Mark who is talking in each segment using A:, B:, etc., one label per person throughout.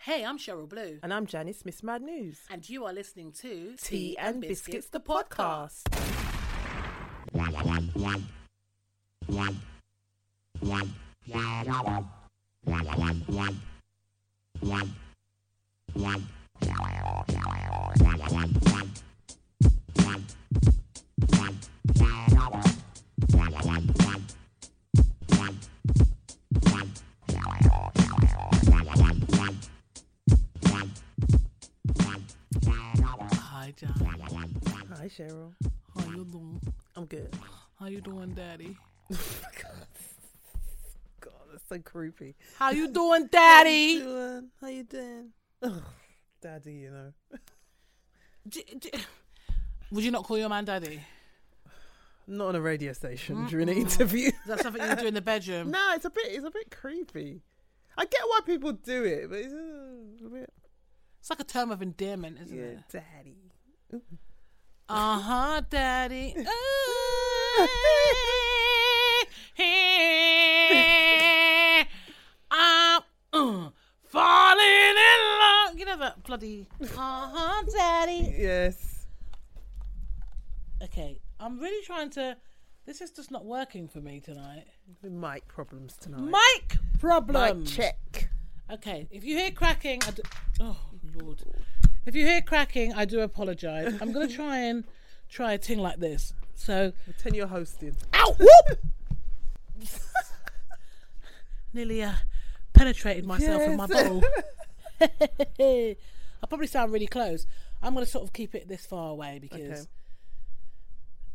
A: Hey, I'm Cheryl Blue.
B: And I'm Janice, Miss Mad News.
A: And you are listening to
B: Tea and Biscuits, the podcast.
A: Hi, John.
B: Hi, Cheryl.
A: How you doing?
B: I'm good.
A: How you doing, Daddy?
B: God, that's so creepy.
A: How you doing,
B: How you
A: Daddy?
B: doing? How you doing? Ugh, daddy, you know.
A: D- d- Would you not call your man Daddy?
B: Not on a radio station during an interview.
A: Is that something you do in the bedroom?
B: no, it's a bit. It's a bit creepy. I get why people do it, but it's uh, a bit.
A: It's like a term of endearment, isn't
B: Yeah,
A: it?
B: daddy.
A: Uh huh, Daddy. I'm uh, falling in love. You know that bloody. Uh huh, Daddy.
B: Yes.
A: Okay, I'm really trying to. This is just not working for me tonight.
B: Mic problems tonight.
A: Mic problem.
B: Mic check.
A: Okay, if you hear cracking, I do... oh lord, if you hear cracking, I do apologise. I'm gonna try and try a thing like this. So,
B: Pretend you're hosting.
A: ow, whoop, nearly uh, penetrated myself in my
B: Yes.
A: bowl. I probably sound really close. I'm gonna sort of keep it this far away because
B: Okay.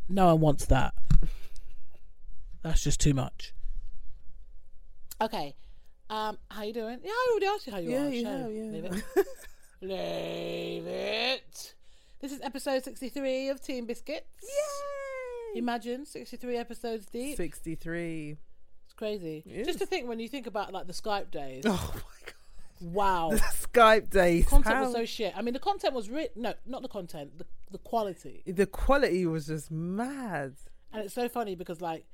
A: no one wants that. That's just too much. Okay. Um, how you doing? Yeah, I already asked you how you
B: Yeah,
A: are.
B: you
A: so
B: have, yeah.
A: Leave it. Leave it. This is episode 63 of Team Biscuits. Imagine 63 episodes deep.
B: Sixty-three.
A: It's crazy.
B: It
A: Just to think when you think about like the Skype days.
B: Oh my
A: wow.
B: god. Skype days.
A: content
B: How-
A: was so shit. I mean, the content was ri No, not the content. The, the quality.
B: the quality was just mad.
A: And it's so funny because like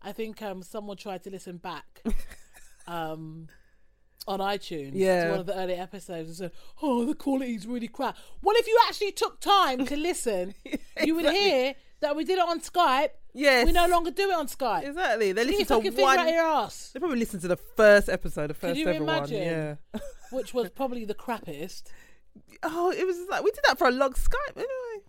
A: I think um someone tried to listen back um on iTunes
B: Yeah.
A: to one of the early episodes and said, Oh, the quality's really crap. Well if you actually took time to listen, you would hear that we did it on Skype.
B: Yes.
A: We no longer do it on Skype.
B: Exactly. They
A: Get your
B: listen to
A: fucking finger out
B: one.
A: your ass.
B: They probably listened to the first episode, the first
A: you
B: ever
A: imagine?
B: one. Yeah.
A: Which was probably the crappiest.
B: Oh, it was just like we did that for a long Skype anyway.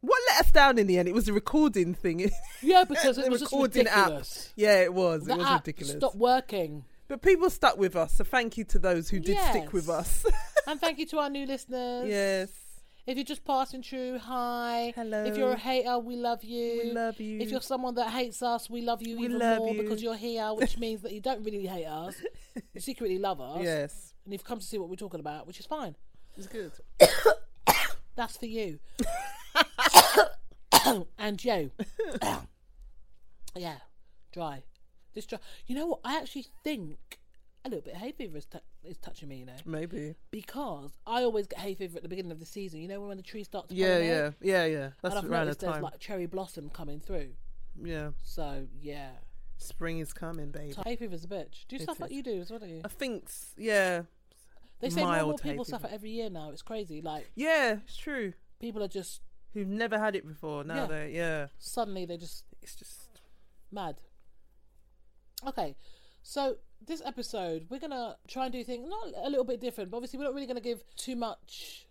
B: What let us down in the end? It was the recording thing.
A: Yeah, because it
B: The
A: was just
B: recording app.
A: ridiculous.
B: yeah, it was.
A: The
B: it was
A: app
B: ridiculous.
A: stopped working.
B: But people stuck with us, so thank you to those who did stick with
A: Yes.
B: us.
A: And thank you to our new listeners.
B: yes.
A: If you're just passing through, hi.
B: Hello.
A: If you're a hater, we love you.
B: We love you.
A: If you're someone that hates us, we love you
B: We
A: even
B: love
A: more
B: you.
A: because you're here, which means that you don't really hate us. You secretly love us.
B: Yes.
A: And you've come to see what we're talking about, which is fine.
B: It's good.
A: That's for you. and you. yeah. Dry. This dry. You know what? I actually think a little bit of hay fever is, t- is touching me, you know,
B: Maybe.
A: because I always get hay fever at the beginning of the season. You know, when the trees start to
B: Yeah,
A: pollinate?
B: yeah. Yeah, yeah. That's
A: and I've
B: around the
A: noticed there's
B: time.
A: like cherry blossom coming through.
B: Yeah.
A: So yeah,
B: Spring is coming, baby.
A: hay fever's a bitch. Do stuff like you do as well, don't you?
B: I think, s- yeah.
A: They say more and more
B: mild hay
A: people
B: fever.
A: suffer every year now. It's crazy. Like
B: Yeah, it's true.
A: people are just
B: Who've never had it before. Now
A: Yeah.
B: they, yeah.
A: suddenly they're just
B: It's just
A: mad. Okay, so this episode we're gonna try and do things not a little bit different, but obviously we're not really gonna give too much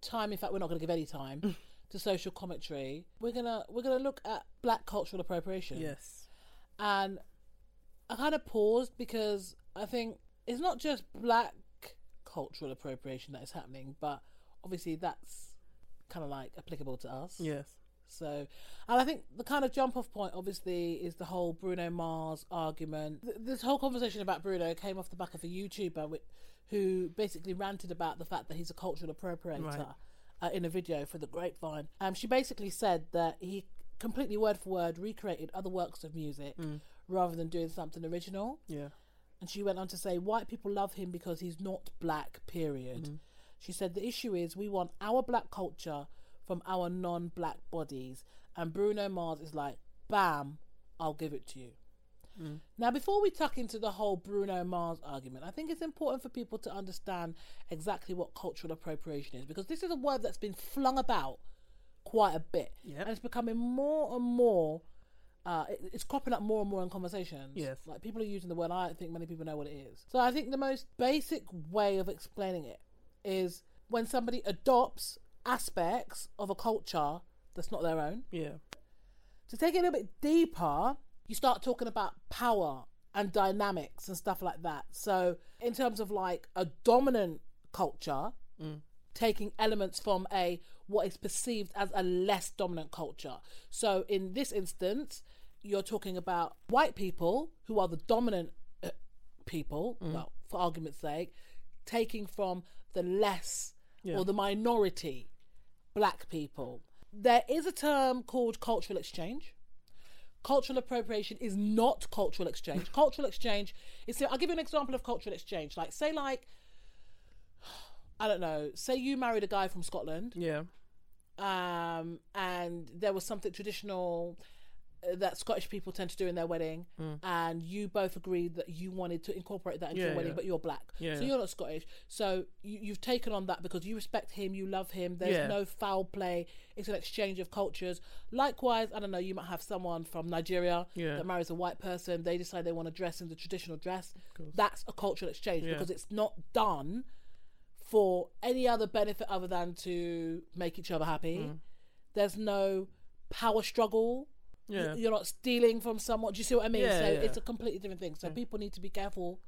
A: time. In fact, we're not gonna give any time to social commentary. We're gonna we're gonna look at black cultural appropriation.
B: yes.
A: and I kind of paused because I think it's not just black cultural appropriation that is happening, but obviously that's kind of like applicable to us.
B: Yes.
A: So, and I think the kind of jump off point obviously is the whole Bruno Mars argument. Th- This whole conversation about Bruno came off the back of a YouTuber wi- who basically ranted about the fact that he's a cultural appropriator
B: Right.
A: uh, in a video for The Grapevine. Um, she basically said that he completely word for word recreated other works of music rather than doing something original.
B: Yeah.
A: And she went on to say, white people love him because he's not black, period. She said, the issue is we want our black culture from our non black bodies. And Bruno Mars is like, bam, I'll give it to you. Now, before we tuck into the whole Bruno Mars argument, I think it's important for people to understand exactly what cultural appropriation is because this is a word that's been flung about quite a bit.
B: Yep.
A: And it's becoming more and more, uh, it- it's cropping up more and more in conversations.
B: Yes.
A: Like people are using the word, I don't think many people know what it is. So I think the most basic way of explaining it is when somebody adopts aspects of a culture that's not their own
B: Yeah.
A: to take it a little bit deeper, you start talking about power and dynamics and stuff like that. So, in terms of like a dominant culture, taking elements from a what is perceived as a less dominant culture. So, in this instance, you're talking about white people who are the dominant uh, people, well, for argument's sake, taking from the less or the minority black people. There is a term called cultural exchange. Cultural appropriation is not cultural exchange. cultural exchange is, I'll give you an example of cultural exchange. Like, say, like, I don't know, say you married a guy from Scotland
B: Yeah.
A: um, and there was something traditional uh, that Scottish people tend to do in their wedding, and you both agreed that you wanted to incorporate that into
B: Mm. Yeah,
A: your wedding,
B: yeah.
A: but you're black,
B: Yeah,
A: so
B: yeah.
A: you're not Scottish. So you, you've taken on that because you respect him, you love him. There's
B: Yeah.
A: no foul play. It's an exchange of cultures. Likewise, I don't know, you might have someone from Nigeria
B: Yeah.
A: that marries a white person. They decide they want to dress in the traditional dress. That's a cultural exchange
B: Yeah.
A: because it's not done for any other benefit other than to make each other happy.
B: Mm.
A: There's no power struggle. Y-
B: Yeah.
A: You're not stealing from someone. Do you see what I mean?
B: Yeah,
A: so
B: yeah.
A: it's a completely different thing. So people need to be careful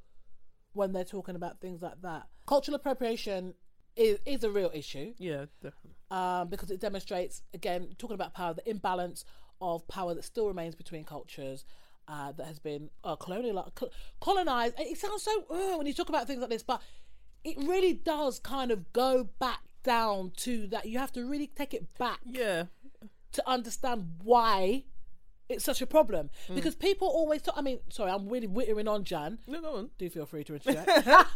A: when they're talking about things like that. Cultural appropriation is, is a real issue
B: Yeah. Definitely.
A: um, because it demonstrates, again, talking about power, the imbalance of power that still remains between cultures uh, that has been uh, colonial, col- colonized. It sounds so uh, when you talk about things like this, but it really does kind of go back down to that. You have to really take it back
B: Yeah.
A: to understand why it's such a problem because people always talk. I mean, sorry, I'm really whittering on Jan
B: No, go on.
A: do feel free to interject.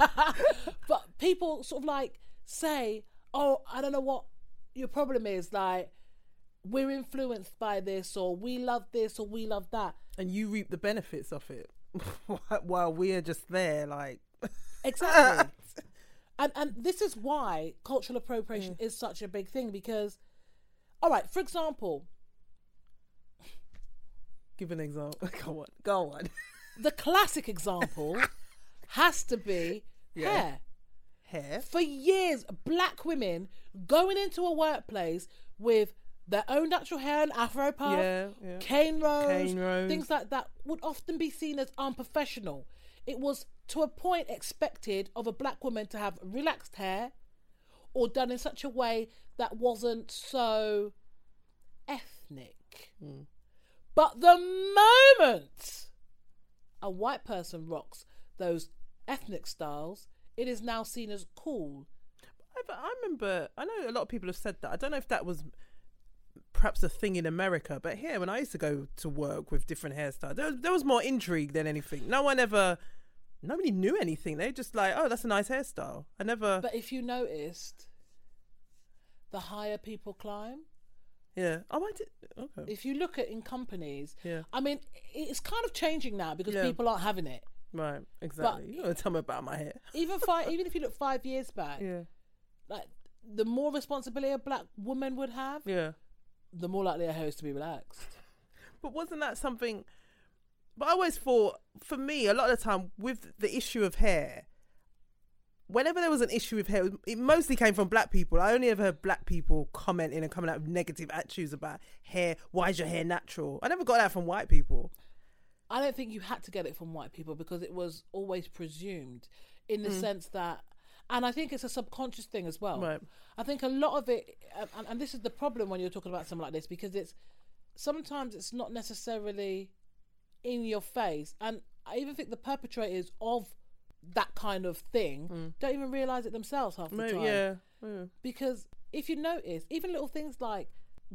A: but people sort of like say, "Oh, I don't know what your problem is. Like, we're influenced by this, or we love this, or we love that."
B: And you reap the benefits of it while we're just there, like.
A: Exactly. and and this is why cultural appropriation is such a big thing because, all right, for example,
B: Give an example. Go on. Go on.
A: the classic example has to be hair.
B: Hair.
A: for years, black women going into a workplace with their own natural hair and afro puff,
B: Yeah, yeah.
A: cane rows,
B: Cane rows.
A: things like that, would often be seen as unprofessional. It was to a point expected of a black woman to have relaxed hair or done in such a way that wasn't so ethnic. But the moment a white person rocks those ethnic styles, it is now seen as cool.
B: I, but I remember. I know a lot of people have said that. I don't know if that was perhaps a thing in America, but here when I used to go to work with different hairstyles, there was, there was more intrigue than anything. No one ever. Nobody knew anything. They just like, oh, that's a nice hairstyle. I never.
A: But if you noticed, the higher people climb,
B: yeah. Oh, I did. Okay.
A: if you look at in companies,
B: Yeah.
A: I mean, it's kind of changing now because
B: Yeah.
A: people aren't having it.
B: Right. Exactly. you gotta tell me about my hair.
A: Even five, even if you look five years back,
B: Yeah.
A: like the more responsibility a black woman would have,
B: Yeah.
A: the more likely her hair is to be relaxed.
B: But wasn't that something? But I always thought, for me, a lot of the time with the issue of hair, whenever there was an issue with hair, it mostly came from black people. I only ever heard black people commenting and coming out with negative attitudes about hair. Why is your hair natural? I never got that from white people.
A: I don't think you had to get it from white people because it was always presumed in
B: Mm.
A: the sense that, and I think it's a subconscious thing as well.
B: Right.
A: I think a lot of it, and, and this is the problem when you're talking about something like this because it's sometimes it's not necessarily in your face. And I even think the perpetrators of that kind of thing don't even realize it themselves half the
B: Maybe,
A: time.
B: Mm. yeah. yeah.
A: Because if you notice, even little things like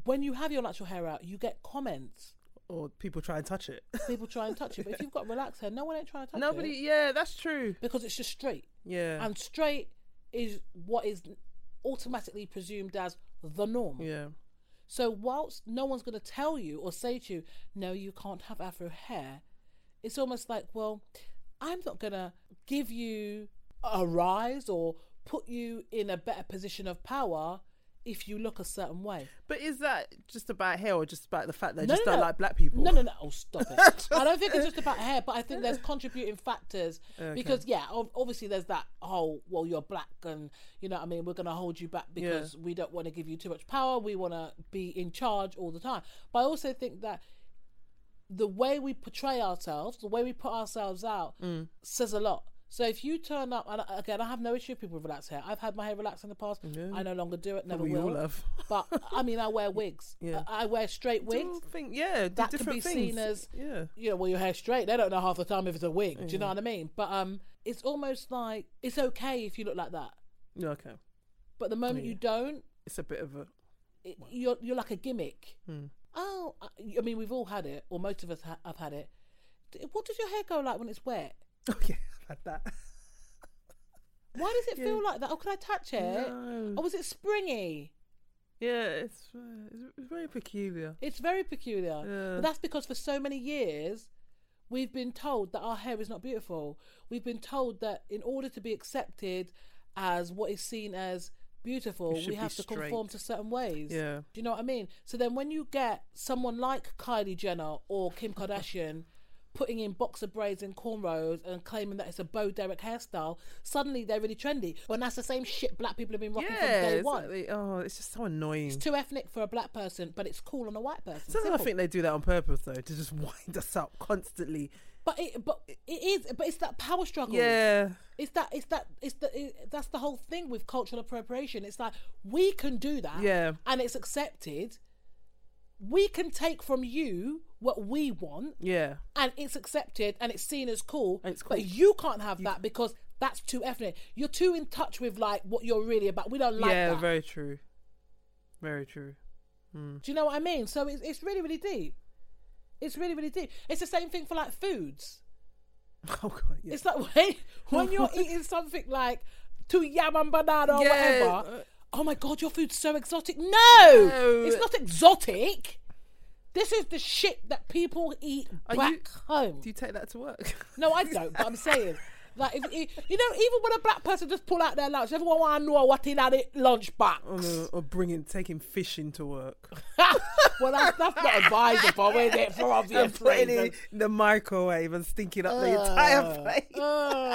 A: when you have your natural hair out, you get comments.
B: Or people try and touch it.
A: People try and touch it, but if you've got relaxed hair, no one ain't trying to touch it
B: Nobody. Yeah, that's true.
A: because it's just straight.
B: Yeah.
A: And straight is what is automatically presumed as the norm.
B: yeah.
A: So whilst no one's going to tell you or say to you, no, you can't have afro hair, it's almost like, well, I'm not gonna give you a rise or put you in a better position of power if you look a certain way.
B: But is that just about hair or just about the fact that I
A: No,
B: just
A: no,
B: don't
A: no.
B: like black people?
A: No, no, no. Oh, stop it. I don't think it's just about hair, but I think there's contributing factors because, yeah, ob- obviously there's that whole, well, you're black and, you know what I mean, we're going to hold you back because we don't want to give you too much power. We want to be in charge all the time. But I also think that the way we portray ourselves, the way we put ourselves out,
B: Mm.
A: says a lot. So if you turn up, and uh, again, I have no issue with people with relaxed hair. I've had my hair relaxed in the past. I no longer do it, never
B: We all
A: will.
B: have.
A: But I mean, I wear wigs.
B: Yeah.
A: I I wear straight
B: I
A: wigs
B: think, yeah, do
A: that could
B: different
A: be
B: things.
A: seen as
B: yeah.
A: you know, well, your hair's straight. They don't know half the time if it's a wig. Do you know what I mean? But um, it's almost like it's okay if you look like that,
B: Yeah, Okay.
A: but the moment you don't,
B: It's a bit of a.
A: it, you're you're like a gimmick. Oh, I, I mean, we've all had it, or most of us ha- have had it. D- What does your hair go like when it's wet?
B: Oh, yeah, I've had that.
A: Why does it feel like that? Oh, can I touch it?
B: No.
A: Or was it springy?
B: Yeah, it's, uh, it's- it's very peculiar.
A: It's very peculiar. But that's because for so many years, we've been told that our hair is not beautiful. We've been told that in order to be accepted as what is seen as beautiful,
B: should
A: we
B: be
A: have to conform to certain ways.
B: Yeah.
A: Do you know what I mean? So then when you get someone like Kylie Jenner or Kim Kardashian putting in boxer braids and cornrows and claiming that it's a Bo Derek hairstyle, suddenly they're really trendy. When that's the same shit black people have been rocking
B: Yeah,
A: from day
B: it's
A: one.
B: like they- oh, it's just so annoying.
A: Too ethnic for a black person, but it's cool on a white person.
B: Sometimes I
A: Simple.
B: think they do that on purpose, though, to just wind us up constantly.
A: But it, but it is, but it's that power struggle.
B: Yeah,
A: It's that, it's that, it's the, it, that's the whole thing with cultural appropriation. It's like we can do that,
B: Yeah.
A: and it's accepted. We can take from you what we want,
B: yeah.
A: and it's accepted, and it's seen as cool.
B: And it's cool.
A: But you can't have that because that's too ethnic. You're too in touch with like what you're really about. We don't like
B: yeah,
A: that.
B: very true. Very true.
A: Do you know what I mean? So it's, it's really, really deep. It's really, really deep. It's the same thing for like foods.
B: Oh, God, yeah.
A: It's like when, when you're eating something like two yam and banana or
B: Yeah.
A: whatever. Oh my god, your food's so exotic. No,
B: No.
A: it's not exotic. This is the shit that people eat
B: Are
A: back
B: you-
A: home.
B: Do you take that to work?
A: No, I don't. But I'm saying, like, if, if, you know, even when a black person just pull out their lunch, everyone want to know what in that it- lunch box.
B: or, or bringing taking fish into work.
A: well, that's, that's not advisable, is it? For
B: and
A: obvious
B: putting
A: reasons.
B: it in the microwave and stinking up the entire place.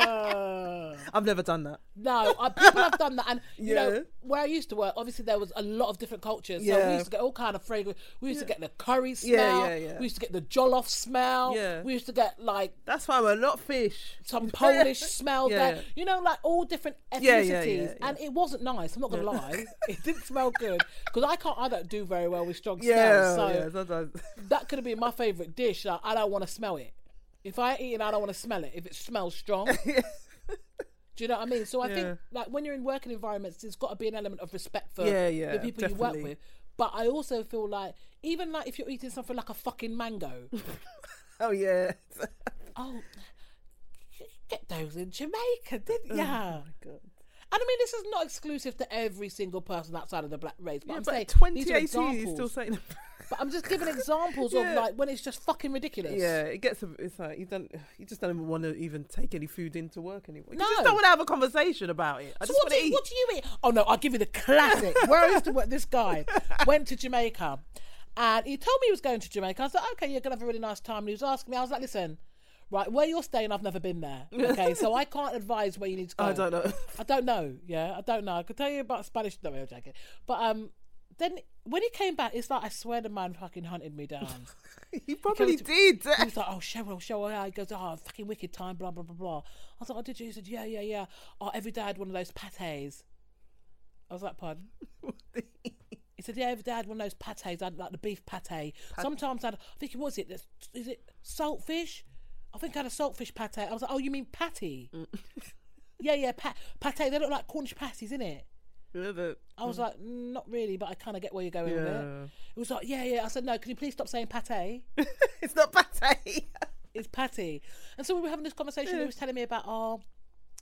A: Ugh.
B: I've never done that.
A: No, uh, people have done that, and you
B: Yeah.
A: know where I used to work. Obviously, there was a lot of different cultures, so we
B: Yeah.
A: used to get all kind of fragrance. We used to get the curry smell.
B: Yeah, yeah, yeah.
A: We used to get the jollof smell.
B: Yeah.
A: We used to get like
B: That's why I'm a lot fish.
A: some Polish smell
B: Yeah,
A: there.
B: yeah.
A: You know, like all different ethnicities,
B: Yeah, yeah, yeah,
A: and it wasn't nice. I'm not gonna lie, it didn't smell good because I can't. I don't do very well with strong
B: Yeah,
A: smells, so
B: yeah, sometimes.
A: that could have been my favorite dish. Like, I don't want to smell it. If I eat it, I don't want to smell it. If it smells strong. Do you know what I mean? So I
B: Yeah.
A: think like when you're in working environments, there's got to be an element of respect for
B: Yeah, yeah,
A: the people you
B: definitely.
A: work with. But I also feel like even like if you're eating something like a fucking mango,
B: oh yeah.
A: oh, get those in Jamaica, didn't ya?
B: Oh God.
A: And I mean, this is not exclusive to every single person outside of the black race. But I'm saying
B: But
A: these
B: twenty
A: are
B: eighteen is still
A: examples.
B: saying.
A: But I'm just giving examples of
B: Yeah.
A: like when it's just fucking ridiculous.
B: Yeah, it gets. A, it's like you don't. You just don't even want to even take any food into work anymore. You
A: No.
B: just don't want to have a conversation about it. I
A: So
B: just
A: what
B: want
A: do,
B: to
A: you,
B: eat.
A: what do you eat? Oh no, I'll give you the classic. Where I used to work, this guy went to Jamaica, and he told me he was going to Jamaica. I was like, okay, you're gonna have a really nice time. And he was asking me, I was like, listen, right, where you're staying, I've never been there. Okay, so I can't advise where you need to go.
B: I don't know.
A: I don't know. Yeah, I don't know. I could tell you about Spanish. No, I'm joking. But um, then when he came back, it's like I swear the man fucking hunted me down.
B: he probably
A: to-
B: did.
A: He was like, oh, Cheryl, Cheryl, yeah. He goes, oh, fucking wicked time, blah, blah, blah, blah. I was like, oh, did you? He said, yeah, yeah, yeah. Oh, every day I had one of those pates. I was like, pardon? He said, yeah, every day I had one of those pates. I had like the beef pate. Sometimes I had, I think it was it, that's- is it saltfish? I think I had a saltfish pate. I was like, oh, you mean patty? yeah, yeah, pa- pate. They look like Cornish pasties, innit?
B: Love it.
A: I was like, "Mm, not really, but I kind of get where you're going with it.
B: Yeah.
A: It was like, yeah, yeah. I said, no, can you please stop saying pate?
B: it's not pate.
A: is Patty. And so we were having this conversation. He was telling me about, oh,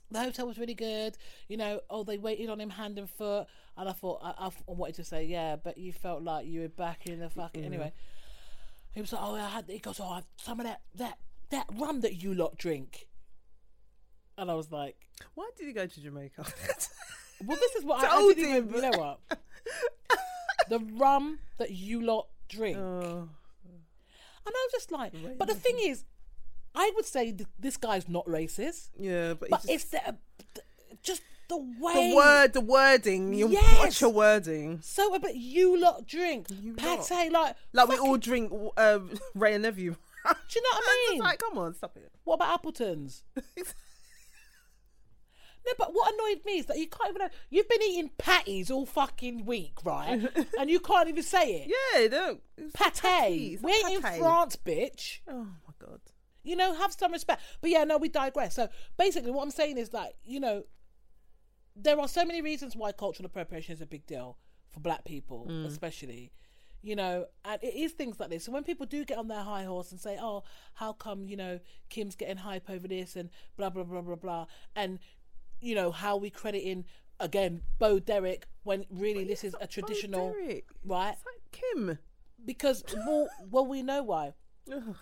A: the hotel was really good. You know, oh, they waited on him hand and foot. And I thought, I, I wanted to say, yeah, but you felt like you were back in the fucking. Anyway, he was like, oh, I had. He goes, oh, I had some of that that that rum that you lot drink. And I was like,
B: Why did you go to Jamaica?
A: well, this is what I, I
B: Told
A: didn't even,
B: him.
A: you know what? the rum that you lot drink. And
B: oh,
A: I was just like, but the thing is, I would say th- this guy's not racist,
B: yeah, but,
A: but it's
B: it's
A: the, th- just the
B: just
A: way.
B: the word, the wording. You
A: Yes.
B: watch your wording.
A: So, uh, but you lot drink
B: You lot.
A: pate, like,
B: Like we
A: fucking-
B: all drink uh, Ray and Nephew.
A: Do you know what I
B: It's
A: mean?
B: like, come on, stop it.
A: What about Appletons? No, but what annoyed me is that you can't even. You've been eating patties all fucking week, right? and you can't even say it.
B: yeah, no. it's not
A: Pate.
B: patty, it's not
A: We're in
B: pate.
A: France, bitch.
B: Oh my god.
A: You know, have some respect. But yeah, no, we digress. So basically, what I'm saying is that, you know, there are so many reasons why cultural appropriation is a big deal for black people,
B: Mm.
A: especially. You know, and it is things like this. So when people do get on their high horse and say, oh, how come, you know, Kim's getting hype over this and blah, blah, blah, blah, blah, and, you know, how we credit in, again, Bo Derek when really this is a traditional,
B: Oh, Derek,
A: right?
B: It's like Kim.
A: Because, well, well, we know why
B: Ugh.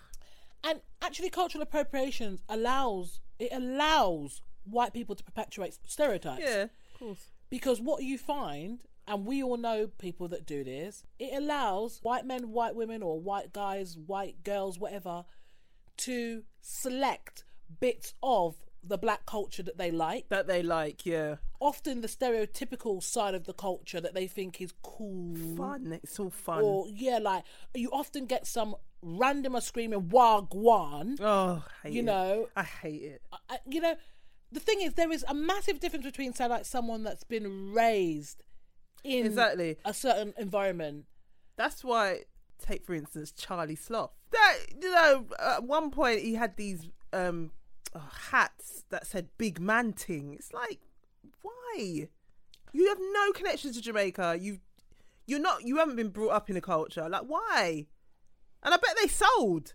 A: and actually cultural appropriations allows it allows white people to perpetuate stereotypes
B: Yeah, of course.
A: because what you find and we all know people that do this it allows white men white women or white guys white girls whatever to select bits of the black culture that they like
B: That they like, yeah.
A: often the stereotypical side of the culture that they think is cool
B: Fun. It's all fun.
A: or yeah like you often get some randomer screaming wagwan
B: oh, I hate
A: you
B: it.
A: know
B: I hate it.
A: I- you know, the thing is, there is a massive difference between, say, like someone that's been raised in
B: Exactly.
A: a certain environment.
B: That's why, take for instance, Charlie Sloth. That you know, at one point he had these um oh, hats that said "Big Man Ting." It's like, why? You have no connection to Jamaica. You, you're not. You haven't been brought up in a culture. Like, why? And I bet they sold.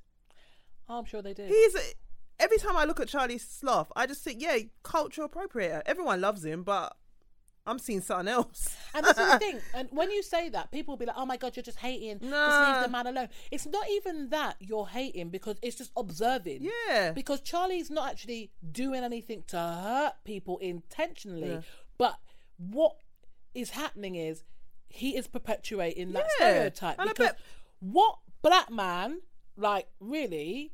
A: Oh, I'm sure they do.
B: He's a, every time I look at Charlie Sloth, I just think, yeah, cultural appropriator. Everyone loves him, but I'm seeing something else.
A: And this is the thing. And when you say that, people will be like, "Oh my god, you're just hating. Just leave
B: Nah.
A: the man alone." It's not even that you're hating because it's just observing.
B: Yeah.
A: Because Charlie's not actually doing anything to hurt people intentionally,
B: Yeah.
A: but what is happening is he is perpetuating that
B: Yeah.
A: stereotype.
B: And I
A: because
B: bet-
A: what black man, like, really,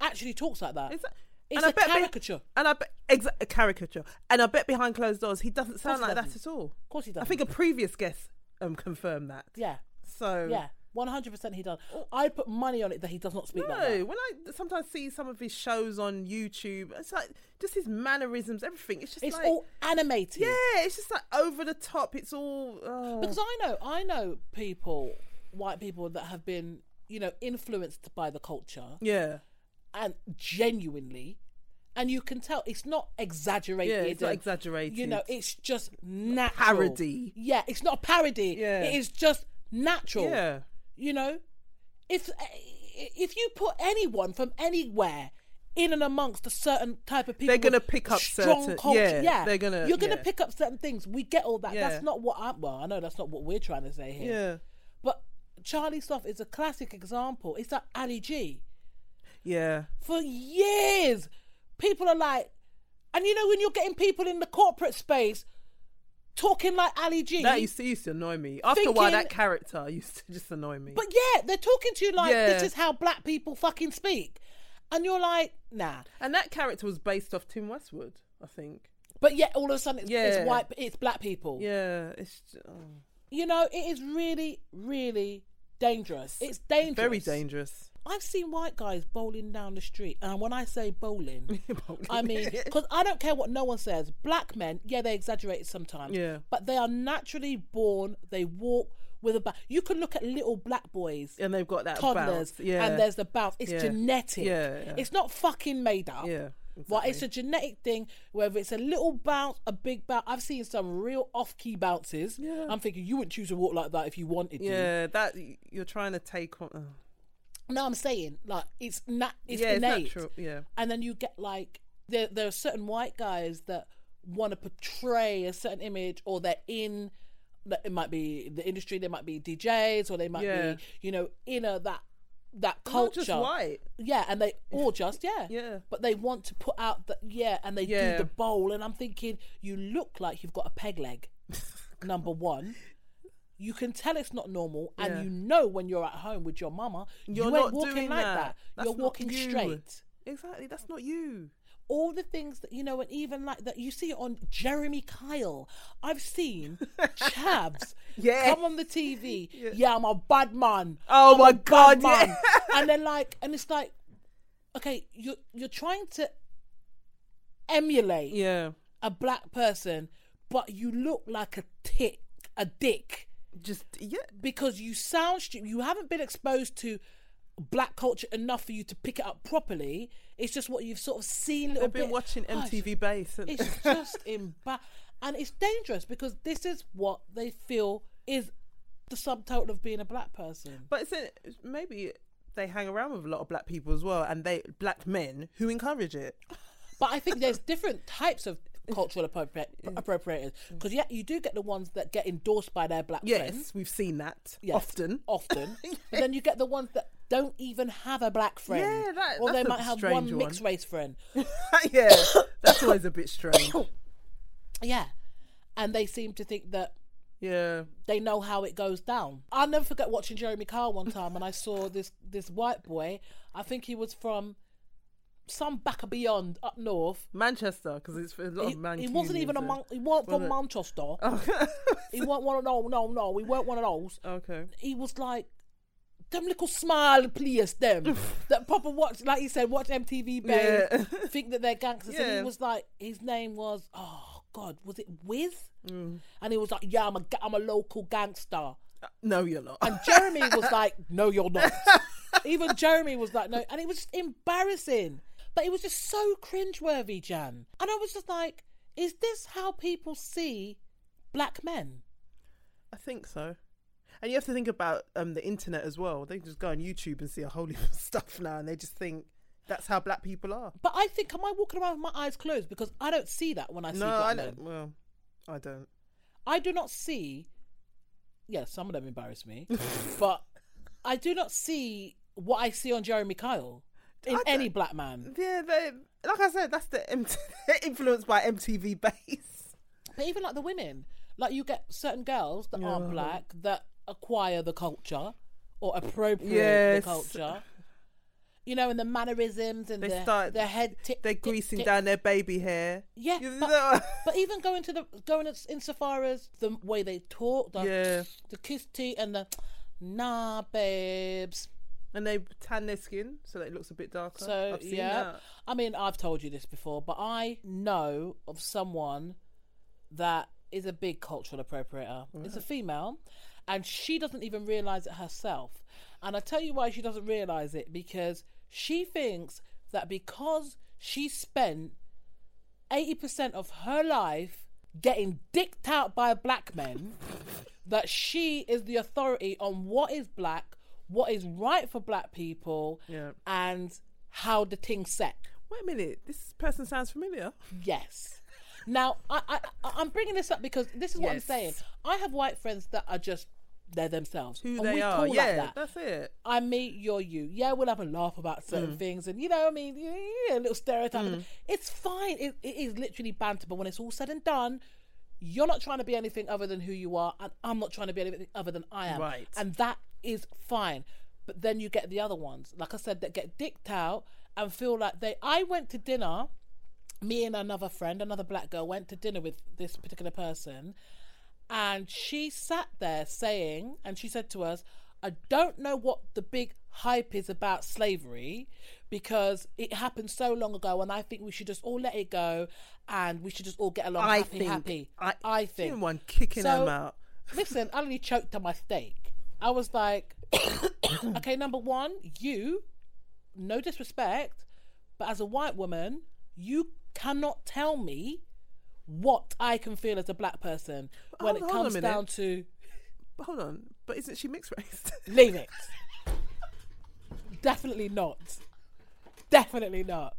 A: actually talks like that?
B: It's-
A: It's
B: and I
A: a
B: bet be-
A: caricature.
B: And I bet exa- a caricature. And I bet behind closed doors he doesn't sound
A: he
B: like that
A: doesn't.
B: at all.
A: Of course he does.
B: I think a previous guest um confirmed that.
A: yeah,
B: So
A: yeah, one hundred percent he does. I put money on it that he does not speak like that.
B: No, when I sometimes see some of his shows on YouTube, it's like just his mannerisms, everything. It's just
A: It's
B: like
A: all animated.
B: yeah, it's just like over the top. It's all oh.
A: Because I know, I know people, white people that have been, you know, influenced by the culture
B: yeah,
A: and genuinely, and you can tell it's not exaggerated.
B: yeah, it's not
A: and,
B: exaggerated.
A: You know, it's just natural.
B: parody.
A: Yeah, it's not a parody.
B: Yeah.
A: It is just natural.
B: Yeah,
A: You know, if uh, if you put anyone from anywhere in and amongst a certain type of people,
B: They're gonna
A: with
B: pick up
A: strong
B: certain-
A: culture.
B: yeah, they're gonna-
A: You're gonna
B: yeah.
A: pick up certain things. We get all that.
B: Yeah.
A: That's not what I'm. Well, I know that's not what we're trying to say here.
B: yeah,
A: But Charlie Sloth is a classic example. It's like Ali G.
B: yeah.
A: For years, people are like, and you know when you're getting people in the corporate space talking like Ali G.
B: That used to, used to annoy me. After a while,
A: Thinking-
B: that character used to just annoy me.
A: But yeah, they're talking to you like
B: Yeah.
A: this is how black people fucking speak, and you're like, nah.
B: and that character was based off Tim Westwood, I think.
A: But yet, all of a sudden, it's,
B: Yeah.
A: it's white, it's black people.
B: Yeah, it's j- oh,
A: You know, it is really, really dangerous. It's dangerous.
B: very dangerous.
A: I've seen white guys bowling down the street, and when I say bowling, I mean, because I don't care what no one says. Black men, yeah, they exaggerate sometimes.
B: Yeah.
A: But they are naturally born. They walk with a bounce. You can look at little black boys,
B: and they've got that
A: toddlers,
B: bounce. Yeah,
A: and there's the bounce. It's
B: Yeah.
A: genetic.
B: Yeah, yeah.
A: It's not fucking made up.
B: yeah,
A: Right, it's a genetic thing. Whether it's a little bounce, a big bounce. I've seen some real off-key bounces.
B: Yeah.
A: I'm thinking you wouldn't choose to walk like that if you wanted to.
B: yeah. That you're trying to take on. oh.
A: No, I'm saying like it's not. It's
B: yeah,
A: innate.
B: it's natural. Yeah,
A: and then you get like there there are certain white guys that want to portray a certain image or they're in that it might be the industry they might be djs or they might
B: Yeah.
A: be you know in a that that
B: Not
A: culture.
B: just white.
A: Yeah, and they all just yeah.
B: Yeah.
A: But they want to put out the yeah, and they do
B: Yeah.
A: the bowl, and I'm thinking you look like you've got a peg leg. number one, you can tell it's not normal, and
B: Yeah.
A: you know when you're at home with your mama,
B: You're
A: you ain't
B: not
A: walking
B: doing
A: like
B: that.
A: that.
B: That's
A: You're
B: not
A: walking
B: you.
A: straight.
B: Exactly. That's not you.
A: All the things that you know, and even like that, you see it on Jeremy Kyle. I've seen chavs
B: Yeah.
A: come on the TV. Yeah, I'm a bad man.
B: Oh
A: I'm
B: my
A: a bad
B: God, yeah.
A: man. and then like, and it's like, okay, you're you're trying to emulate
B: Yeah.
A: a black person, but you look like a tick, a dick
B: Just yeah.
A: because you sound stupid. You haven't been exposed to black culture enough for you to pick it up properly. It's just what you've sort of seen. a Little
B: I've been
A: bit.
B: watching
A: Oh, it's-
B: MTV Base. And
A: It's just imba, and it's dangerous because this is what they feel is the subtotal of being a black person.
B: But it's in- maybe they hang around with a lot of black people as well, and they black men who encourage it.
A: But I think there's different types of cultural appropriate appropriators because yeah, you do get the ones that get endorsed by their black
B: Yes,
A: friends.
B: we've seen that
A: Yes, Oh.
B: often.
A: Often. But then you get the ones that don't even have a black friend.
B: Yeah, that-
A: or they
B: that's a
A: might have
B: strange
A: one
B: one.
A: mixed race friend.
B: yeah, that's always a bit strange.
A: Yeah. And they seem to think that
B: Yeah,
A: they know how it goes down. I'll never forget watching Jeremy Kyle one time and I saw this this white boy. I think he was from some back beyond up north.
B: Manchester because it's a lot
A: He,
B: of man.
A: he wasn't even a
B: communities
A: Mon- he wasn't from
B: it?
A: Manchester.
B: there.
A: He weren't one of no no no. He weren't one of those.
B: okay.
A: he was like, them little smile, please, them. that proper watch, like you said, watch MTV, babe.
B: Yeah.
A: Think that they're gangsters. And
B: Yeah.
A: he was like, his name was, oh God, was it Wiz?
B: Mm.
A: And he was like, yeah, I'm a, ga- I'm a local gangster.
B: No, you're not.
A: And Jeremy was like, no, you're not. Even Jeremy was like, no. And it was just embarrassing. But it was just so cringeworthy, Jan. And I was just like, is this how people see black men?
B: I think so. And you have to think about um, the internet as well. They just go on YouTube and see a whole heap of stuff now, and they just think that's how black people are.
A: But I think, am I walking around with my eyes closed? Because I don't see that when I see
B: no,
A: black
B: I
A: men.
B: don't. Well, I don't.
A: I do not see. Yeah, some of them embarrass me, but I do not see what I see on Jeremy Kyle in
B: I don't-
A: any black man.
B: Yeah, they like I said, that's the MT- influenced by MTV base.
A: But even like the women, like you get certain girls that aren't
B: Yeah.
A: black that acquire the culture or appropriate
B: Yes.
A: the culture. You know, and the mannerisms and
B: They
A: their,
B: start-
A: their head. Tick,
B: They're
A: tick,
B: greasing
A: tick.
B: down their baby hair.
A: Yeah,
B: You
A: but-
B: know-
A: But even going to the going as- insofar as the way they talk, the,
B: Yeah.
A: the kiss tea and the nah babes.
B: and they tan their skin so that it looks a bit darker.
A: So
B: I've seen
A: yeah,
B: that.
A: I mean I've told you this before, but I know of someone that is a big cultural appropriator. It's a female, and she doesn't even realize it herself. And I tell you why she doesn't realize it because she thinks that because she spent eighty percent of her life getting dicked out by black men, that she is the authority on what is black, what is right for black people,
B: Yeah.
A: and how the thing set.
B: Wait a minute, this person sounds familiar.
A: Yes. Now I, I I- I'm bringing this up because this is what I'm
B: Yes.
A: saying. I have white friends that are just they're themselves.
B: Who
A: and
B: they
A: we
B: are?
A: Call
B: yeah,
A: like that.
B: that's it.
A: I meet you're you. Yeah, we'll have a laugh about certain things, and you know, I mean, yeah, yeah, a little stereotype. It's fine. It, it is literally banter, but when it's all said and done, you're not trying to be anything other than who you are, and I'm not trying to be anything other than I am.
B: Right.
A: And that is fine. But then you get the other ones, like I said, that get dicked out and feel like they. I went to dinner. Me and another friend, another black girl, went to dinner with this particular person, and she sat there saying, and she said to us, I don't know what the big hype is about slavery because it happened so long ago, and I think we should just all let it go and we should just all get along
B: I
A: happy,
B: think
A: happy.
B: I,
A: I
B: Seen
A: think.
B: one kicking
A: So-
B: them out.
A: Listen, I only choked on my steak. I was like, okay, number one, you, no disrespect, but as a white woman, you cannot tell me what I can feel as a black person when
B: hold-
A: it
B: hold on a
A: comes
B: minute.
A: down to
B: But hold on, but isn't she mixed race?
A: leave it. Definitely not. Definitely not.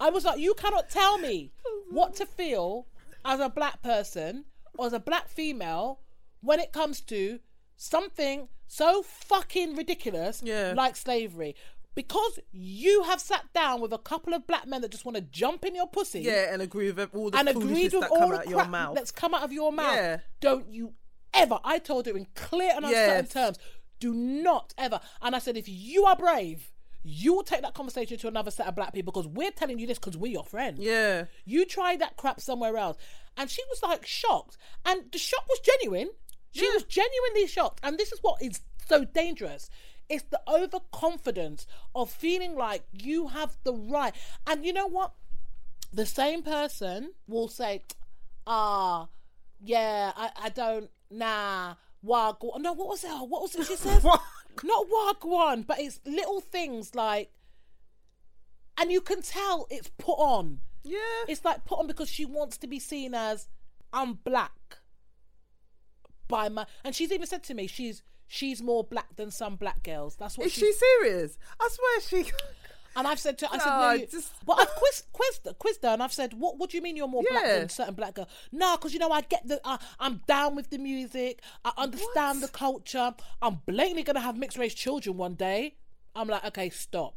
A: I was like, you cannot tell me what to feel as a black person or as a black female when it comes to something so fucking ridiculous
B: Yeah.
A: like slavery. Because you have sat down with a couple of black men that just want to jump in your pussy
B: Yeah, and agree with all the
A: and
B: foolishness
A: agreed with
B: that
A: all
B: come
A: the
B: out your
A: crap
B: mouth.
A: that's come out of your mouth.
B: Yeah.
A: Don't you ever. I told you in clear and uncertain
B: Yes.
A: terms, do not ever. And I said, if you are brave, you will take that conversation to another set of black people because we're telling you this because we're your friend.
B: Yeah.
A: You tried that crap somewhere else. And she was like shocked. And the shock was genuine. She was genuinely shocked. And this is what is so dangerous. It's the overconfidence of feeling like you have the right. And you know what? The same person will say, ah, yeah, I, I don't, nah, wagwan. No, what was it? Oh, What was it she says? Not wagwan, but it's little things like, and you can tell it's put on.
B: Yeah.
A: It's like put on because she wants to be seen as I'm black by my and she's even said to me she's she's more black than some black girls. That's what
B: Is
A: she,
B: she serious? I swear she.
A: and I've said to her, I said
B: Nah,
A: no, you,
B: just-
A: but I've quizzed, quizzed, quizzed her and I've said what what do you mean you're more black
B: Yeah.
A: than certain black girl? Nah, because you know I get the uh, I'm down with the music, I understand the culture. I'm blatantly gonna have mixed race children one day. I'm like okay stop.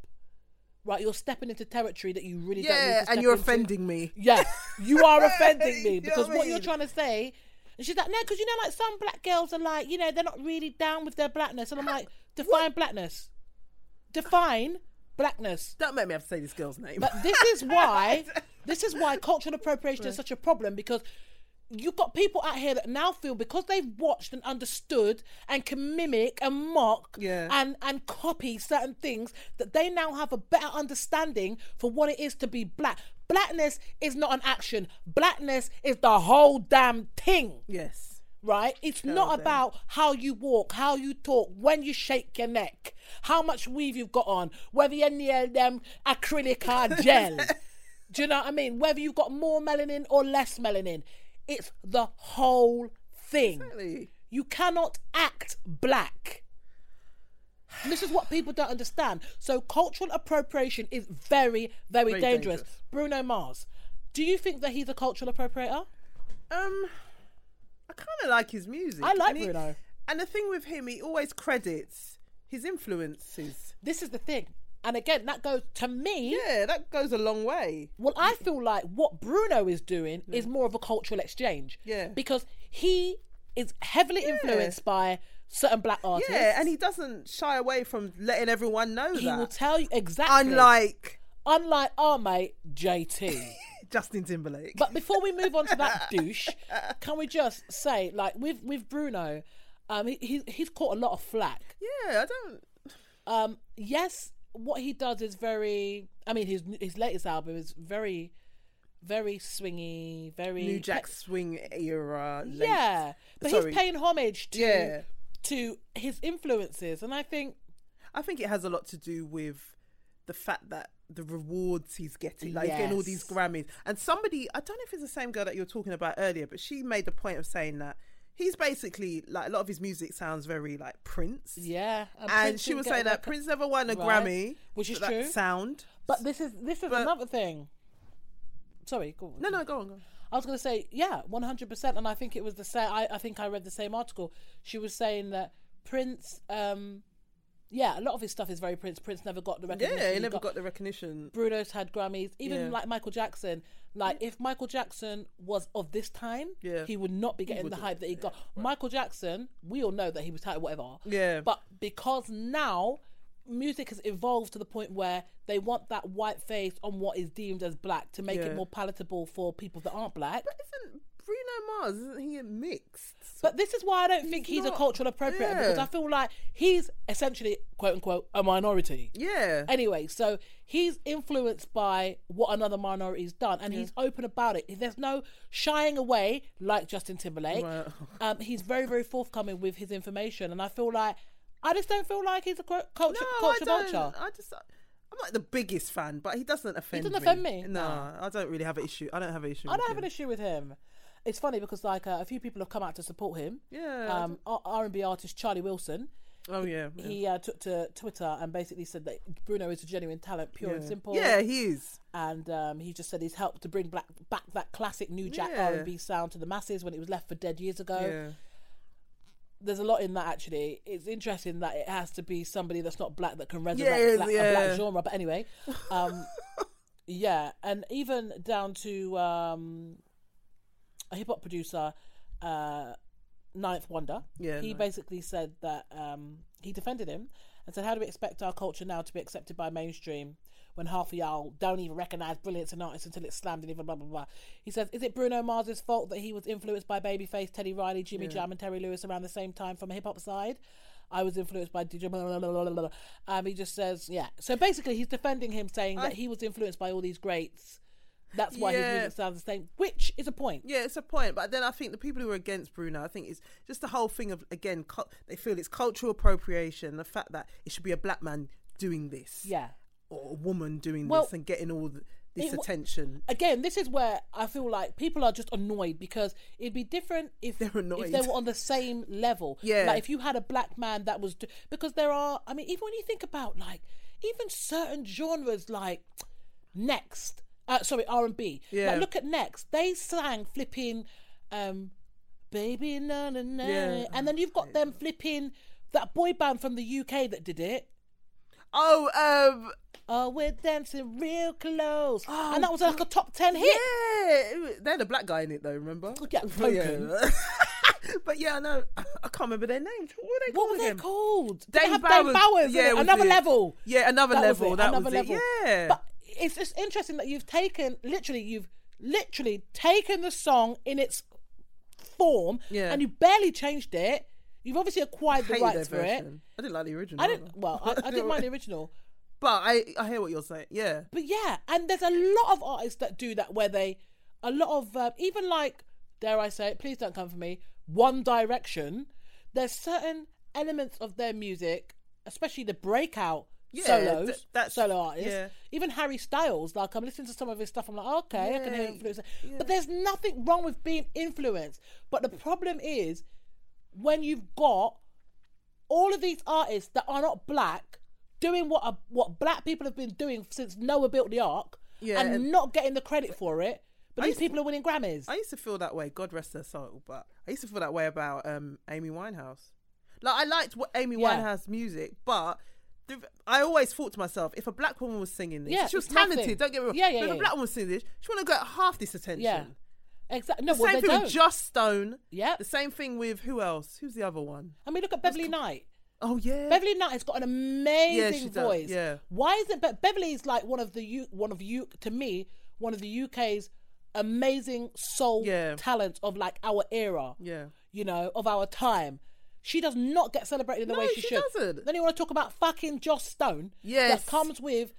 A: Right, you're stepping into territory that you really don't need
B: Yeah,
A: to
B: and
A: step
B: you're
A: into.
B: offending me.
A: Yes, you are offending me
B: You know
A: because
B: what I
A: what, you're
B: mean?
A: trying to say. And she's like, no, because you know, like some black girls are like, you know, they're not really down with their blackness. And I'm like, define blackness. Define blackness.
B: Don't make me have to say this girl's name.
A: But this is why this is why cultural appropriation is such a problem because you've got people out here that now feel because they've watched and understood and can mimic and mock
B: Yeah.
A: and and copy certain things that they now have a better understanding for what it is to be black. Blackness is not an action. Blackness is the whole damn thing
B: yes.
A: right? It's not
B: them.
A: about how you walk, how you talk, when you shake your neck, how much weave you've got on, whether you're near them acrylic or gel. Do you know what I mean? Whether you've got more melanin or less melanin. It's the whole thing.
B: Really?
A: You cannot act black. And This is what people don't understand. So cultural appropriation is very, very,
B: Very
A: dangerous.
B: dangerous.
A: Bruno Mars. Do you think that he's a cultural appropriator?
B: Um, I kind of like his music.
A: I like
B: and he-
A: Bruno.
B: And the thing with him, he always credits his influences.
A: This is the thing. And again, that goes to me.
B: Yeah, that goes a long way.
A: Well, I feel like what Bruno is doing is more of a cultural exchange.
B: Mm. Yeah.
A: Because he is heavily influenced by certain black artists.
B: Yeah, and he doesn't shy away from letting everyone know
A: He
B: that.
A: will tell you exactly.
B: Unlike
A: unlike our mate JT.
B: Justin Timberlake.
A: But before we move on to that douche, can we just say, like with with Bruno, um, he, he he's caught a lot of flack.
B: yeah, I don't.
A: Um, yes, what he does is very. I mean, his his latest album is very, very swingy, very
B: New Jack Swing era. late-
A: Yeah, but
B: Sorry.
A: he's paying homage to
B: Yeah.
A: to his influences, and I think
B: I think it has a lot to do with the fact that the rewards he's getting, like he's getting all these
A: Yes.
B: Grammys. And somebody, I don't know if it's the same girl that you were talking about earlier, but she made the point of saying that he's basically like a lot of his music sounds very like Prince.
A: yeah,
B: And
A: Prince
B: she
A: didn't
B: was
A: get
B: saying that
A: rec-
B: Prince never won a
A: Right.
B: Grammy,
A: Which
B: for
A: is
B: that
A: true.
B: Sound.
A: But this is this is
B: but-
A: another thing. Sorry, go on.
B: No, no, go on. Go on.
A: I was going to say, yeah, one hundred percent. And I think it was the same. I, I think I read the same article. She was saying that Prince, um, yeah, a lot of his stuff is very Prince. Prince never got the recognition.
B: Yeah, he never got, the recognition.
A: Bruno's had Grammys, even
B: Yeah.
A: like Michael Jackson. Like if Michael Jackson was of this time,
B: Yeah.
A: he would not be getting the hype that he got. Michael Jackson, we all know that he was tight, whatever.
B: Yeah.
A: But because now music has evolved to the point where they want that white face on what is deemed as black to make
B: Yeah.
A: it more palatable for people that aren't black. But,
B: Isn't Bruno Mars? Isn't he a mixed?
A: this is why I don't think he's a
B: not-
A: cultural appropriator
B: Yeah.
A: because I feel like he's essentially quote unquote a minority.
B: Yeah.
A: Anyway, so he's influenced by what another minority's done, and he's open about it. There's no shying away like Justin Timberlake.
B: Right.
A: Um, he's very, very forthcoming with his information, and I feel like I just don't feel like he's a cul- culture
B: no, I
A: culture
B: don't.
A: vulture.
B: I just. I'm not the biggest fan, but he doesn't offend me.
A: doesn't offend me,
B: No, I don't really have an issue. I don't have an issue.
A: I don't have an issue with him. It's funny because like uh, a few people have come out to support him.
B: Yeah. I
A: Um, R and B artist Charlie Wilson.
B: don't- oh yeah. yeah.
A: He uh, took to Twitter and basically said that Bruno is a genuine talent, pure and simple.
B: Yeah, he is.
A: and um, he just said he's helped to bring black, back that classic New Jack
B: Yeah.
A: R and B sound to the masses when it was left for dead years ago.
B: Yeah.
A: there's a lot in that actually. It's interesting that it has to be somebody that's not black that can resurrect
B: Yes,
A: black, a
B: yeah.
A: black genre. But anyway, um, yeah, and even down to um, a hip hop producer, uh, Ninth Wonder.
B: Yeah,
A: he
B: Ninth.
A: basically said that um, he defended him and said, "How do we expect our culture now to be accepted by mainstream?" When half of y'all don't even recognize brilliance in artists until it's slammed and even blah blah blah. He says, "Is it Bruno Mars's fault that he was influenced by Babyface, Teddy Riley, Jimmy Jam, and Terry Lewis around the same time from a hip hop side?" I was influenced by DJ. Blah, blah, blah, blah, blah, blah. Um, he just says, yeah. So basically, he's defending him, saying that he was influenced by all these greats. That's why
B: Yeah.
A: his music sounds the same, which is a point.
B: Yeah, it's a point, but then I think the people who are against Bruno, I think it's just the whole thing of again, cul they feel it's cultural appropriation. The fact that it should be a black man doing this,
A: Yeah.
B: or a woman doing
A: Well,
B: this and getting all th- this
A: it wa-
B: attention.
A: again, this is where I feel like people are just annoyed because it'd be different if
B: They're
A: if
B: annoyed.
A: they were on the same level.
B: Yeah.
A: like if you had a black man that was do- because there are. I mean, even when you think about like even certain genres like Next, uh, sorry R and B.
B: Yeah.
A: like, look at Next. They sang flipping, um, baby na na na,
B: Yeah.
A: and then you've got them flipping that boy band from the UK that did it.
B: Oh, um,
A: Oh, we're dancing real close,
B: Oh,
A: and that was like a top ten hit. Oh,
B: yeah, they had a black guy in it though. Remember?
A: Yeah,
B: But
A: Token.
B: but yeah, I know. I can't remember their names. What were they
A: What
B: called
A: were they
B: again?
A: called? Did
B: Dave
A: they have
B: Bowers.
A: Dave Bowers.
B: Yeah,
A: Yeah,
B: it was
A: another
B: it.
A: level.
B: Yeah, another
A: That was
B: level.
A: it,
B: That
A: another
B: was
A: level.
B: it. Yeah.
A: But it's just interesting that you've taken literally you've literally taken the song in its form
B: Yeah.
A: and you barely changed it. You've obviously acquired the
B: Hated their
A: rights for it.
B: version. I didn't like the original.
A: I didn't well, I, I didn't mind the original.
B: But I, I hear what you're saying. Yeah.
A: But yeah, and there's a lot of artists that do that where they, a lot of uh, even like, dare I say it, please don't come for me. One Direction. There's certain elements of their music, especially the breakout
B: Yeah,
A: solos,
B: th- that's-
A: solo artists.
B: yeah.
A: Even Harry Styles. Like I'm listening to some of his stuff. I'm like, okay, I can hear
B: Yeah,
A: influence.
B: yeah.
A: But there's nothing wrong with being influenced. But the problem is when you've got all of these artists that are not black doing what a, what black people have been doing since Noah built the ark
B: Yeah,
A: and,
B: and-
A: not getting the credit for it. But these
B: used to-
A: people are winning Grammys.
B: I used to feel that way. God rest her soul. But I used to feel that way about um, Amy Winehouse. Like I liked what Amy
A: Yeah.
B: Winehouse music, but the, I always thought to myself, if a black woman was singing this,
A: Yeah,
B: she was
A: it's nothing.
B: talented. Don't get me wrong.
A: Yeah, yeah,
B: but if
A: yeah.
B: a black woman was singing this, she wouldn't have got half this attention.
A: yeah. Exactly. No, well,
B: Same
A: they
B: thing
A: don't.
B: with Just Stone.
A: Yep.
B: The same thing with who else? Who's the other one?
A: I mean, look at Beverly Knight.
B: Oh yeah.
A: Beverly Knight has got an amazing
B: she does,
A: voice.
B: yeah.
A: Why is it? But Beverly's like one of the U, one of you to me one of the UK's amazing soul
B: Yeah.
A: talents of like our era.
B: Yeah.
A: you know, of our time. She does not get celebrated in the
B: No,
A: way she,
B: she
A: should.
B: doesn't.
A: Then you want to talk about fucking Joss Stone.
B: Yes.
A: That comes with,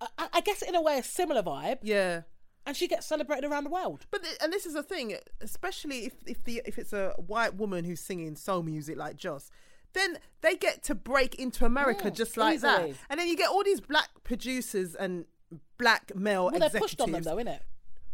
A: I, I- I guess, in a way, a similar vibe,
B: Yeah.
A: and she gets celebrated around the world.
B: But th- and this is the thing, especially if if the if it's a white woman who's singing soul music like Joss, then they get to break into America
A: Mm,
B: just like
A: easily.
B: that. And then you get all these black producers and black male
A: Well, they're
B: executives.
A: pushed on them, though, innit?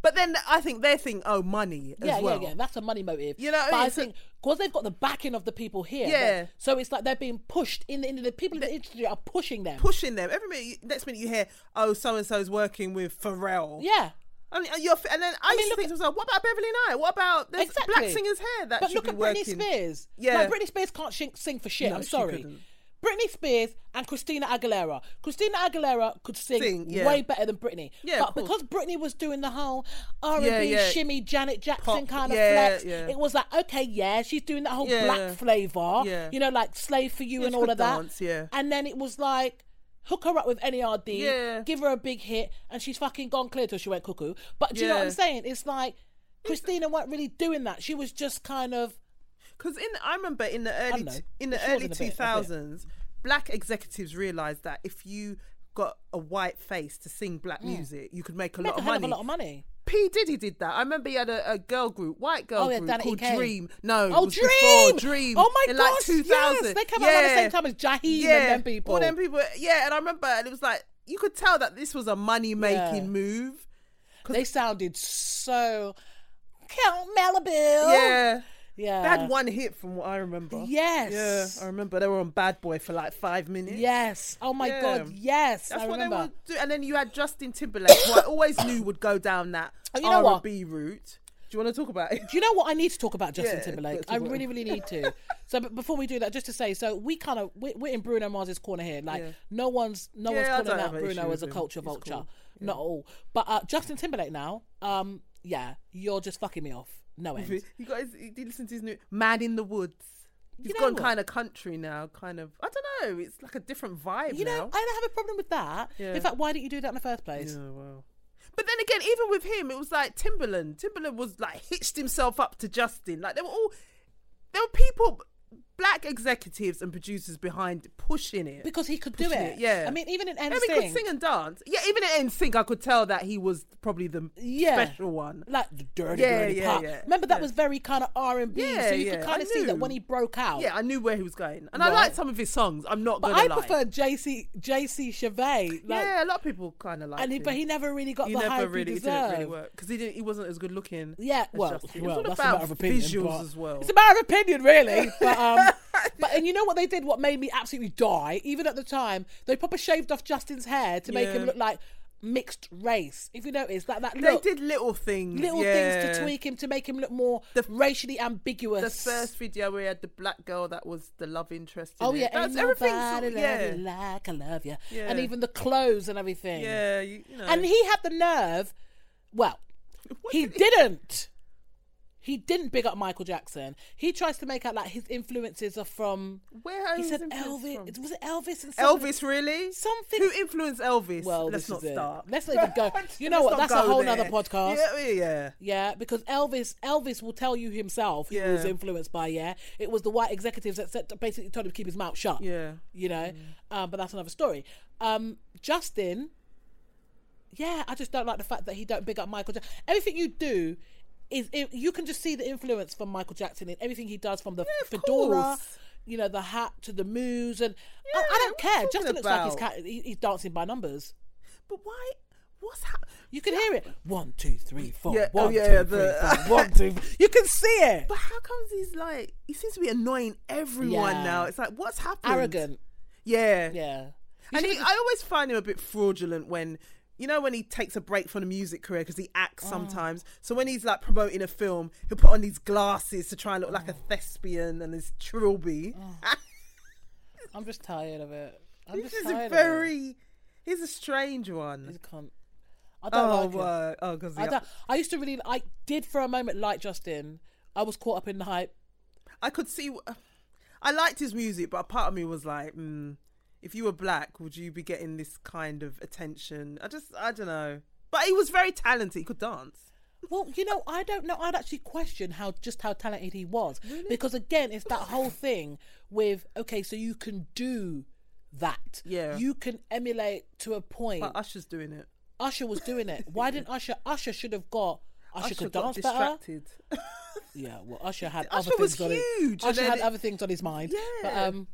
B: But then I think they think, oh, money as
A: Yeah,
B: well.
A: yeah, yeah. That's a money motive.
B: You know what I
A: but I,
B: mean? So-
A: think because they've got the backing of the people here.
B: Yeah.
A: they- so it's like they're being pushed in the, in the people in the industry are pushing them.
B: Pushing them every minute. you- Next minute you hear, oh, so and so's working with Pharrell.
A: yeah.
B: I mean, and you're, and then I,
A: mean,
B: used to
A: look
B: think to myself, what about Beverly Knight? What about there's
A: Exactly.
B: black singers here that
A: But
B: should
A: look
B: be
A: at Britney
B: working?
A: Spears.
B: Yeah.
A: Like, Britney Spears can't shink, sing for shit.
B: No,
A: I'm
B: she
A: sorry.
B: couldn't.
A: Britney Spears and Christina Aguilera. Christina Aguilera could sing,
B: Sing, yeah.
A: way better than Britney.
B: Yeah,
A: but
B: of
A: because
B: course.
A: Britney was doing the whole R&B
B: Yeah, yeah.
A: shimmy Janet Jackson
B: Pop,
A: kind of
B: yeah,
A: flex,
B: yeah.
A: it was like okay, yeah, she's doing that whole
B: Yeah.
A: black flavor,
B: Yeah.
A: you know, like "Slave for You"
B: Yeah,
A: and
B: she
A: all
B: could
A: of that.
B: dance, yeah.
A: And then it was like. Hook her up with E NERD,
B: Yeah.
A: give her a big hit, and she's fucking gone clear till she went cuckoo. But do you know what
B: Yeah.
A: I'm saying? It's like Christina weren't really doing that. She was just kind of
B: Because in I remember in the early
A: know.
B: t- in the
A: She was in
B: early
A: a bit, a
B: two
A: bit.
B: thousands, black executives realised that if you got a white face to sing black music, you could make a
A: Mm. make
B: lot
A: a
B: of
A: hell of
B: money.
A: a lot of money.
B: P Diddy did that. I remember he had a, a girl group, white girl
A: Oh, yeah,
B: group
A: Danity
B: called
A: Kane.
B: Dream. No,
A: Oh,
B: it was before
A: Dream!
B: Dream.
A: Oh my
B: in like
A: gosh, yes!
B: 2000.
A: They came out
B: yeah.
A: around the same time as Jaheim
B: yeah.
A: and them people.
B: All them people. Yeah, and I remember, and it was like you could tell that this was a money making
A: Yeah.
B: move.
A: They sounded so Count Malibu.
B: Yeah.
A: Oh, yeah.
B: They had one hit from what I remember.
A: Yes.
B: Yeah, I remember they were on Bad Boy for like five minutes.
A: Yes. Oh my
B: Yeah.
A: god. Yes.
B: That's
A: I
B: what
A: remember.
B: they would do. And then you had Justin Timberlake, who I always knew would go down that
A: you know what?
B: R&B route. you want to talk about it?
A: Do you know what I need to talk about Justin
B: Yeah,
A: Timberlake?
B: let's
A: I
B: talk about
A: really,
B: him.
A: really need to. So, but before we do that, just to say, so we kind of we're, we're in Bruno Mars's corner here. Like,
B: Yeah.
A: no one's no
B: Yeah, I
A: one's
B: don't
A: calling
B: have
A: out
B: an issue
A: Bruno
B: with
A: as a
B: him.
A: culture
B: He's
A: vulture,
B: cool.
A: not at all. But uh, Justin Timberlake now, um, yeah, you're just fucking me off. No end.
B: He got his, he did listen to his new Man in the Woods. He's
A: know
B: gone
A: what?
B: kind of country now, kind of. I don't know. It's like a different vibe
A: You
B: now.
A: know, I don't have a problem with that.
B: Yeah.
A: In fact, why didn't you do that in the first place?
B: Yeah, wow. But then again, even with him, it was like Timberland. Timberland was like hitched himself up to Justin. Like they were all, there were people, black executives and producers behind pushing it.
A: Because he could do
B: Pushing
A: it.
B: it, yeah.
A: I mean, even in
B: and he could
A: NSYNC,
B: sing and dance. Yeah, even at NSYNC, I could tell that he was probably the
A: Yeah.
B: special one.
A: like the dirty,
B: Yeah,
A: dirty
B: yeah,
A: pop.
B: yeah,
A: Remember that
B: yeah.
A: was very kind of R and B.
B: Yeah,
A: So you
B: yeah,
A: could
B: I
A: kind of see that
B: knew.
A: when he broke out.
B: Yeah, I knew where he was going, and I
A: Right.
B: liked some of his songs. I'm not
A: But
B: gonna
A: I
B: lie.
A: prefer JC JC Chevay. Like,
B: yeah, a lot of people kind of like.
A: and he,
B: him.
A: but he never really got
B: he
A: the
B: never
A: hype
B: really
A: he
B: it didn't
A: deserved.
B: really work because he didn't. He wasn't as good looking.
A: Yeah,
B: as
A: well,
B: Justin. It was
A: well,
B: all
A: that's
B: about
A: a matter of opinion.
B: visuals
A: but-
B: as well.
A: It's a matter of opinion, really. But, um, but and you know what they did? What made me absolutely die? Even at the time, they proper shaved off Justin's hair to make
B: Yeah.
A: him look like mixed race. If you notice that that
B: They
A: look,
B: did little things,
A: little things
B: yeah.
A: to tweak him to make him look more
B: The-
A: racially ambiguous.
B: The first video where he had the black girl that was the love interest. In
A: Oh yeah,
B: it. that's
A: ain't
B: everything.
A: nobody
B: yeah,
A: love you like I love you,
B: Yeah.
A: and even the clothes and everything.
B: yeah, you, you know.
A: And he had the nerve. Well,
B: What
A: he
B: did
A: didn't. He didn't big up Michael Jackson. He tries to make out like his influences are from.
B: where are
A: He
B: his
A: said
B: influence
A: Elvis.
B: from?
A: Was it Elvis and some-
B: Elvis, really?
A: Something.
B: Who influenced Elvis?
A: Well, this
B: let's not
A: is it.
B: start.
A: Let's not even go- you know
B: Let's
A: what,
B: not
A: that's a
B: go
A: whole
B: there.
A: nother podcast.
B: Yeah, yeah, yeah.
A: Yeah, because Elvis, Elvis will tell you himself he was
B: Yeah.
A: influenced by. Yeah, it was the white executives that said, basically told him to keep his mouth shut.
B: Yeah.
A: you know.
B: Mm.
A: Um, but that's another story. Um, Justin, yeah, I just don't like the fact that he don't big up Michael. Jackson. Everything you do is it, you can just see the influence from Michael Jackson in everything he does, from the
B: of
A: fedora,
B: course.
A: you know, the hat to the moves, and I,
B: Yeah,
A: I don't
B: what are you
A: care.
B: talking
A: Justin looks like he's,
B: about?
A: ca- he, he's dancing by numbers.
B: But why? What's happening?
A: You can hear it. One, two, three, four.
B: Yeah, oh
A: One,
B: yeah,
A: two,
B: yeah,
A: three,
B: the-
A: four. One, two. You can see it.
B: But how comes he's like? He seems to be annoying everyone
A: Yeah.
B: now. It's like what's happened?
A: Arrogant.
B: Yeah.
A: Yeah.
B: And he, I always find him a bit fraudulent when you know when he takes a break from the music career because he acts
A: Mm.
B: sometimes. So when he's like promoting a film, he'll put on these glasses to try and look
A: Mm.
B: like a thespian and his trilby.
A: I'm just tired of it. I'm
B: this
A: just
B: is
A: tired
B: a
A: of it.
B: very he's a strange one.
A: He's a cunt. I don't
B: Oh,
A: like him.
B: word. oh, because
A: I, don't, I used to really, I did for a moment like Justin. I was caught up in the hype.
B: I could see. I liked his music, but a part of me was like, mm, if you were black, would you be getting this kind of attention? I just, I don't know. But he was very talented. He could dance.
A: Well, you know, I don't know. I'd actually question how just how talented he was because again, it's that whole thing with okay, so you can do that.
B: Yeah.
A: you can emulate to a point.
B: But Usher's doing it.
A: Usher was doing it. Why didn't Usher? Usher should have got. Usher, could dance better.
B: distracted.
A: Yeah, well, Usher had
B: Usher
A: other
B: was
A: things on his.
B: huge, and
A: Usher
B: then
A: had
B: it-
A: other things on his mind. but,
B: Yeah.
A: um,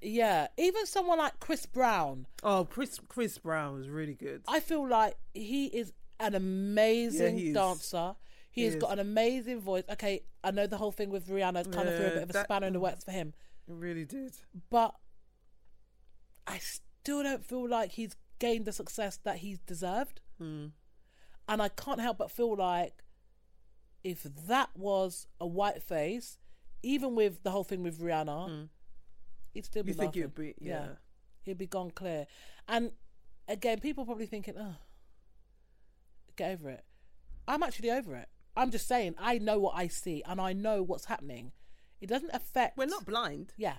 A: yeah. Even someone like Chris Brown,
B: oh, Chris Chris Brown was really good.
A: I feel like he is an amazing
B: he is.
A: dancer. He, has
B: is.
A: got an amazing voice. Okay, I know the whole thing with Rihanna kind of threw a
B: Yeah,
A: bit of a
B: that-
A: spanner in the works for him,
B: He really did.
A: but I still don't feel like he's gained the success that he's deserved.
B: Hmm.
A: And I can't help but feel like if that was a white face, even with the whole thing with Rihanna, he'd still be
B: Hmm. You think
A: laughing.
B: it'd be yeah.
A: He'd be gone clear. And again, people probably thinking, oh, get over it. I'm actually over it. I'm just saying, I know what I see and I know what's happening. It doesn't affect.
B: We're not blind.
A: Yeah.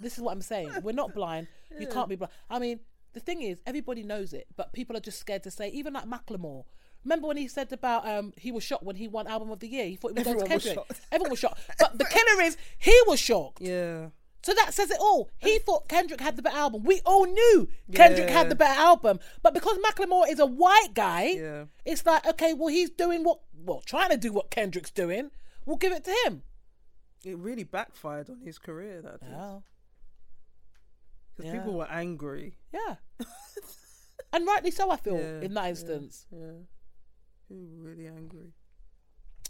A: This is what I'm saying. We're not blind. You can't be blind. I mean, the thing is, everybody knows it, but people are just scared to say, even like Macklemore. Remember when he said about um he was shocked when he won album of the year? He thought he was going to
B: Everyone was
A: Kendrick.
B: shocked.
A: Everyone was shocked. But the killer is he was shocked.
B: Yeah.
A: So that says it all. He thought Kendrick had the better album. We all knew Kendrick had
B: Yeah.
A: the better album. But because Macklemore is a white guy,
B: Yeah.
A: it's like, okay, well he's doing what well, trying to do what Kendrick's doing. We'll give it to him.
B: It really backfired on his career that did. 'Cause
A: Oh.
B: because
A: yeah.
B: people were angry.
A: Yeah. and rightly so, I feel,
B: Yeah,
A: in that instance.
B: Yeah. People were really angry.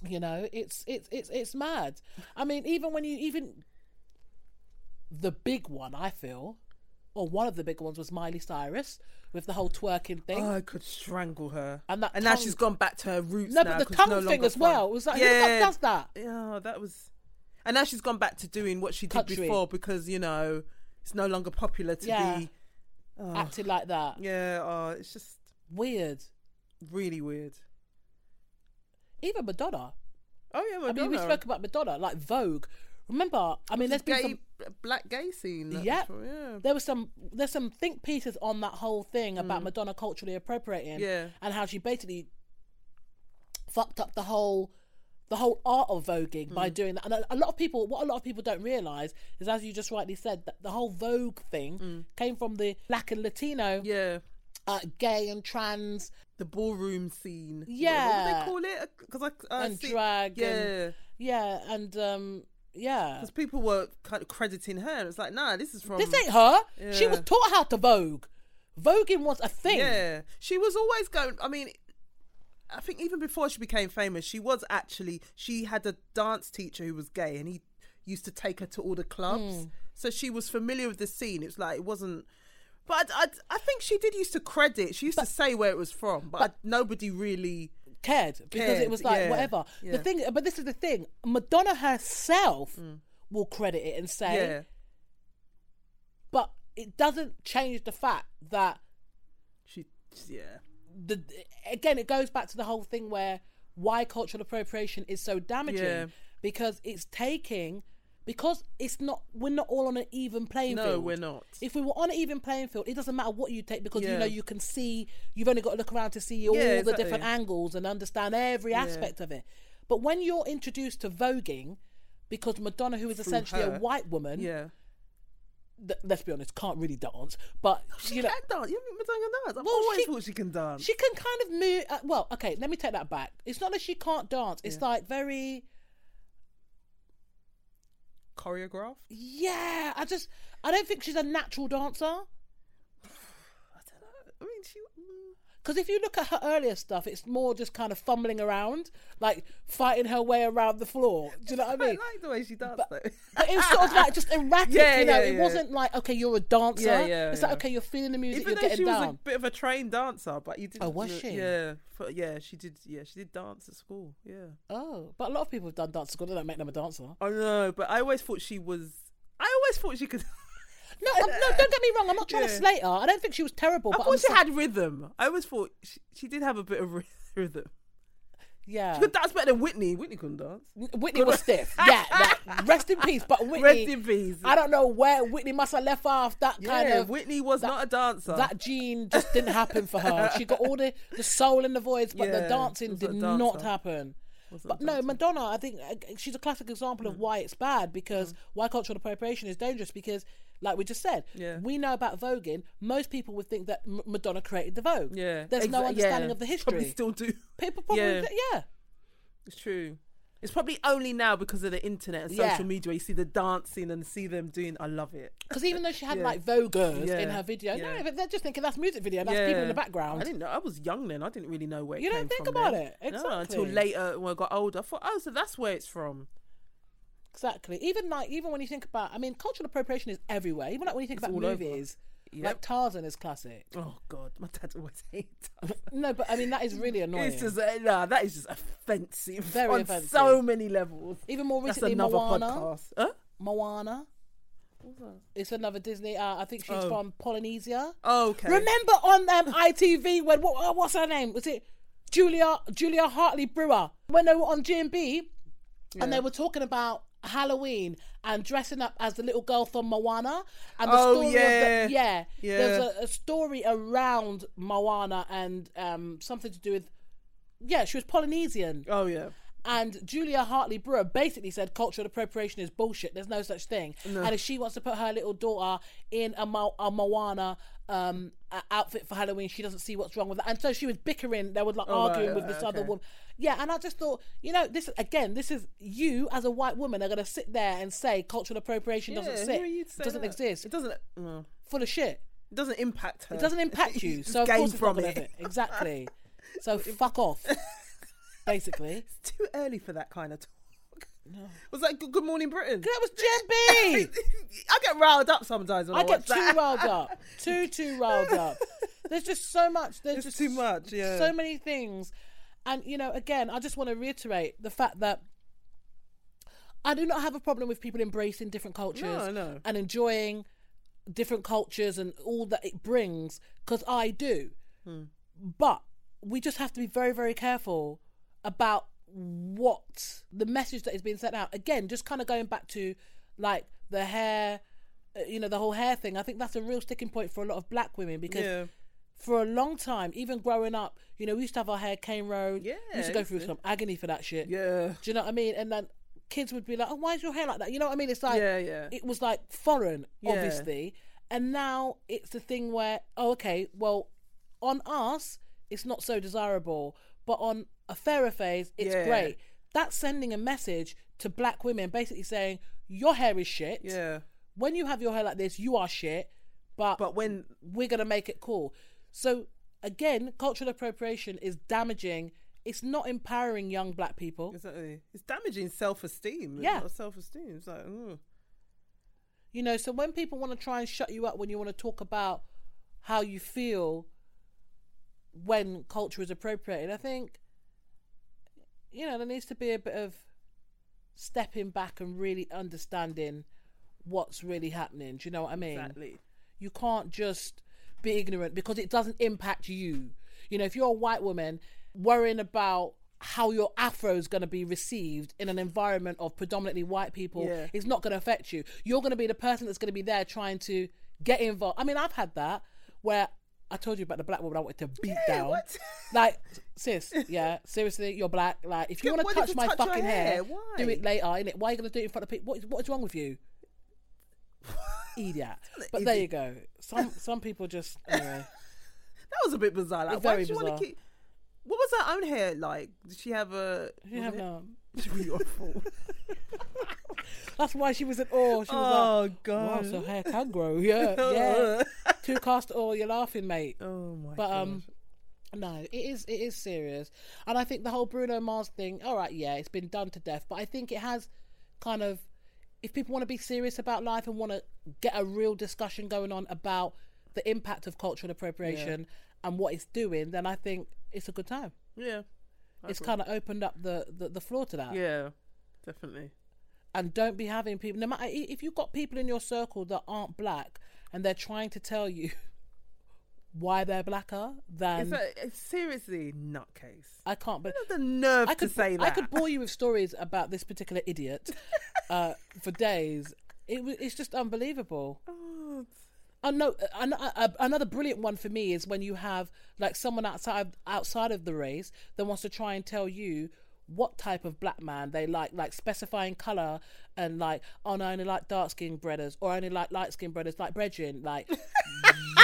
A: You know, it's it's it's it's mad. I mean, even when you even the big one, I feel, or one of the big ones was Miley Cyrus with the whole twerking thing.
B: Oh, I could strangle her.
A: And that
B: now
A: tongue-
B: she's gone back to her roots.
A: no,
B: now
A: but the
B: 'cause
A: tongue
B: no
A: thing
B: longer
A: as well.
B: fun.
A: It was like, who the
B: yeah,
A: fuck does that?
B: yeah, that was. And now she's gone back to doing what she did
A: Country.
B: before because you know it's no longer popular to
A: Yeah.
B: be. Oh,
A: Acting like that.
B: yeah, oh, it's just
A: Weird.
B: really weird.
A: Even Madonna.
B: Oh yeah, Madonna.
A: I mean, we spoke about Madonna, like Vogue. Remember, I mean, there's been
B: gay, uh,
A: some
B: black gay scene. that
A: Yep.
B: was- yeah.
A: there was some there's some think pieces on that whole thing about Madonna culturally appropriating
B: Mm. Yeah.
A: and how she basically fucked up the whole the whole art of voguing
B: Mm.
A: by doing that. And a, a lot of people what a lot of people don't realize is as you just rightly said that the whole vogue thing came from the black and latino
B: Mm. Yeah.
A: uh, gay and trans
B: The ballroom scene. What-
A: Yeah.
B: What, do they call it? Because I, I
A: and
B: see-
A: drag and
B: Yeah.
A: yeah and um yeah.
B: Because people were kind of crediting her. It's like, nah, this is from.
A: This ain't her. She was
B: Yeah.
A: taught how to vogue. Voguing was a thing.
B: Yeah, she was always going. I mean, I think even before she became famous, she was actually she had a dance teacher who was gay, and he used to take her to all the clubs.
A: Hmm.
B: So she was familiar with the scene. It's like it wasn't. But I, I, I think she did used to credit. She used to say where it was from, but, I- nobody really.
A: cared because it
B: Cared,
A: was like
B: yeah,
A: whatever.
B: yeah.
A: The thing, but this is the thing: Madonna herself will credit it and say,
B: Mm. Yeah,
A: but it doesn't change the fact that
B: she. Yeah,
A: the again it goes back to the whole thing where why cultural appropriation is so damaging
B: Yeah.
A: because it's taking because it's not we're not all on an even playing
B: no,
A: field.
B: we're not.
A: If we were on an even playing field, it doesn't matter what you take because you
B: Yeah.
A: know you can see. You've only got to look around to see all
B: Yeah,
A: the
B: exactly.
A: different angles and understand every aspect of it. But when you're introduced to voguing, because Madonna, who is essentially a
B: her.
A: white woman,
B: Yeah,
A: th- let's be honest, can't really dance, but
B: she
A: you know
B: can dance. You haven't done her dance. I've
A: Well,
B: always
A: she-
B: thought she can dance.
A: she can kind of move. Uh, well, okay, let me take that back. It's not that she can't dance. It's like very
B: Choreographed.
A: yeah. I just I don't think she's a natural dancer.
B: I don't know. I mean, she. mm.
A: Because if you look at her earlier stuff, it's more just kind of fumbling around, like fighting her way around the floor. Do you know what I
B: I
A: mean?
B: like the way she danced though.
A: But it was sort of like just erratic,
B: Yeah,
A: you know.
B: yeah,
A: it
B: yeah.
A: wasn't like okay, you're a dancer.
B: Yeah, yeah,
A: it's like
B: yeah.
A: okay, you're feeling the music,
B: Even
A: you're
B: though she
A: getting
B: was a
A: down.
B: bit of a trained dancer, but you did.
A: Oh, was she?
B: Yeah, for, yeah, she did. Yeah, she did dance at school. Yeah,
A: Oh, but a lot of people have done dance school. They don't make them a dancer.
B: I know, but I always thought she was. I always thought she could.
A: No, I'm, no, don't get me wrong. I'm not trying to
B: Yeah.
A: slate her. I don't think she was terrible.
B: I
A: but
B: thought
A: I'm
B: she
A: sa-
B: had rhythm. I always thought she, she did have a bit of ry- rhythm.
A: yeah.
B: She could dance better than Whitney. Whitney couldn't dance.
A: Whitney was stiff. Yeah, that- rest in peace. But Whitney,
B: Rest in peace.
A: I don't know where Whitney must have left off that
B: yeah,
A: kind of
B: Whitney was not a dancer.
A: that gene just didn't happen for her. She got all the, the soul in the voice, but the
B: Yeah,
A: dancing
B: was a
A: did
B: dancer.
A: not happen.
B: Wasn't a
A: But no, Madonna, I think uh, she's a classic example
B: Mm.
A: of why it's bad because
B: Mm-hmm.
A: why cultural appropriation is dangerous because, like we just said,
B: Yeah.
A: we know about voguing. Most people would think that M- Madonna created the Vogue.
B: yeah,
A: There's no
B: Exa-
A: understanding
B: yeah.
A: of the
B: Probably
A: history.
B: still do.
A: People probably,
B: Yeah.
A: yeah. yeah.
B: It's true. It's probably only now because of the internet and
A: Yeah.
B: social media you see the dancing and see them doing. I love it.
A: Because even though she had
B: Yeah.
A: like voguers in
B: Yeah.
A: her video, no,
B: Yeah.
A: but they're just thinking that's music video. That's people in the background.
B: I didn't know. I was young then. I didn't really know where. It
A: You don't
B: came
A: think
B: from
A: about
B: then.
A: it.
B: No, until
A: Exactly.
B: later when I got older, I thought, oh, so that's where it's from.
A: Exactly. Even like even when you think about, I mean, cultural appropriation is everywhere. Even like when you think
B: It's
A: about
B: all over.
A: movies, like
B: Yep.
A: Tarzan is classic.
B: oh God, my dad always hates. that.
A: No, but I mean that is really annoying.
B: It's just uh, nah, that is just offensive.
A: Very
B: on
A: offensive.
B: So many levels.
A: Even more
B: That's
A: recently,
B: another
A: Moana.
B: podcast. Huh?
A: Moana. It's another Disney. Uh, I think she's
B: Oh.
A: from Polynesia.
B: Oh, okay.
A: Remember on um, ITV when what, uh, what's her name? Was it Julia Julia Hartley Brewer when they were on GMB and they were talking about Halloween and dressing up as the little girl from Moana and the
B: Oh,
A: story
B: yeah.
A: of the, yeah there's
B: Yeah.
A: a, a story around Moana and um, something to do with yeah she was Polynesian
B: oh yeah.
A: and Julia Hartley Brewer basically said cultural appropriation is bullshit. There's no such thing. And if she wants to put her little daughter in a, Mo- a Moana um, a- outfit for Halloween, she doesn't see what's wrong with that. And so she was bickering. They were like arguing
B: Oh, right,
A: with
B: right,
A: this other
B: okay.
A: woman. Yeah, and I just thought, you know, this again, this is you as a white woman are going to sit there and say cultural appropriation doesn't
B: Yeah,
A: sit,
B: who are you to say
A: doesn't
B: that?
A: exist,
B: It doesn't. eh, No.
A: full of shit.
B: It doesn't impact her.
A: It doesn't impact you,
B: just
A: so of
B: gain
A: course it's not
B: from
A: gonna fit. Exactly. So fuck off, basically.
B: It's too early for that kind of talk. Was that Good Good Morning Britain?
A: That was Gen B.
B: I get riled up sometimes when I,
A: I get
B: watch
A: too
B: that.
A: riled up. Too, too riled up. There's just so much. There's
B: It's
A: just
B: too much, yeah.
A: So many things. And, you know, again, I just want to reiterate the fact that I do not have a problem with people embracing different cultures
B: No, no.
A: and enjoying different cultures and all that it brings, because I do. But we just have to be very, very careful about what the message that is being sent out. Again, just kind of going back to like the hair, uh, you know, the whole hair thing. I think that's a real sticking point for a lot of black women because
B: Yeah.
A: for a long time, even growing up, you know, we used to have our hair cane rolled. we used to go
B: Yeah,
A: through some agony for that shit.
B: Yeah.
A: Do you know what I mean? And then kids would be like, "Oh, why is your hair like that?" You know what I mean? It's like,
B: Yeah, yeah.
A: it was like foreign,
B: Yeah.
A: obviously. And now it's a thing where, oh, okay, well, on us, it's not so desirable, but on a fairer phase, it's
B: Yeah.
A: great. That's sending a message to black women, basically saying your hair is shit.
B: Yeah.
A: When you have your hair like this, you are shit. But
B: But when
A: we're going to make it cool. So again, cultural appropriation is damaging. It's not empowering young black people.
B: exactly, it's damaging self-esteem.
A: Yeah.
B: self-esteem. It's like, mm.
A: You know, so when people want to try and shut you up when you want to talk about how you feel when culture is appropriated, I think you know, there needs to be a bit of stepping back and really understanding what's really happening. Do you know what I mean?
B: exactly.
A: You can't just be ignorant because it doesn't impact you. You know, if you're a white woman worrying about how your afro is going to be received in an environment of predominantly white people,
B: Yeah.
A: it's not going to affect you. You're going to be the person that's going to be there trying to get involved. I mean, I've had that where I told you about the black woman I wanted to beat down.
B: what?
A: Like, sis, yeah, seriously, you're black. Like, if you
B: Yeah,
A: want
B: why
A: to
B: did
A: touch
B: you
A: my
B: touch her
A: fucking
B: hair?
A: hair,
B: Why?
A: do it later, innit? Why are you going to do it in front of people? What is, what is wrong with you? idiot. But there you go. Some some people just anyway.
B: That was a bit bizarre. Like,
A: It's
B: why
A: very
B: did you want
A: bizarre.
B: to keep? What was her own hair like? Did she have a?
A: You have
B: was it-
A: none.
B: It's really awful.
A: That's why she was in awe. She was
B: oh
A: like, "Wow,
B: god.
A: so hair can grow." Yeah, yeah. Two cast oil. You're laughing, mate.
B: oh my
A: But
B: god.
A: um, no, it is it is serious, and I think the whole Bruno Mars thing. All right, yeah, it's been done to death, but I think it has kind of. If people want to be serious about life and want to get a real discussion going on about the impact of cultural appropriation and what it's doing, then I think it's a good time.
B: yeah.
A: it's kind of opened up the, the, the floor to that.
B: Yeah. Definitely.
A: And don't be having people, no matter i- if you've got people in your circle that aren't black and they're trying to tell you why they're blacker,
B: It's
A: then
B: like, it's seriously nutcase.
A: I can't. But
B: The nerve
A: I
B: to
A: could
B: say that.
A: I could bore you with stories about this particular idiot uh, for days. It, wa- it's just unbelievable.
B: Oh,
A: I know an- a- another brilliant one for me is when you have like someone outside outside of the race that wants to try and tell you what type of black man they like, like specifying color and like, oh no, I only like dark skinned brothers or I only like light skinned brothers, like brethren, like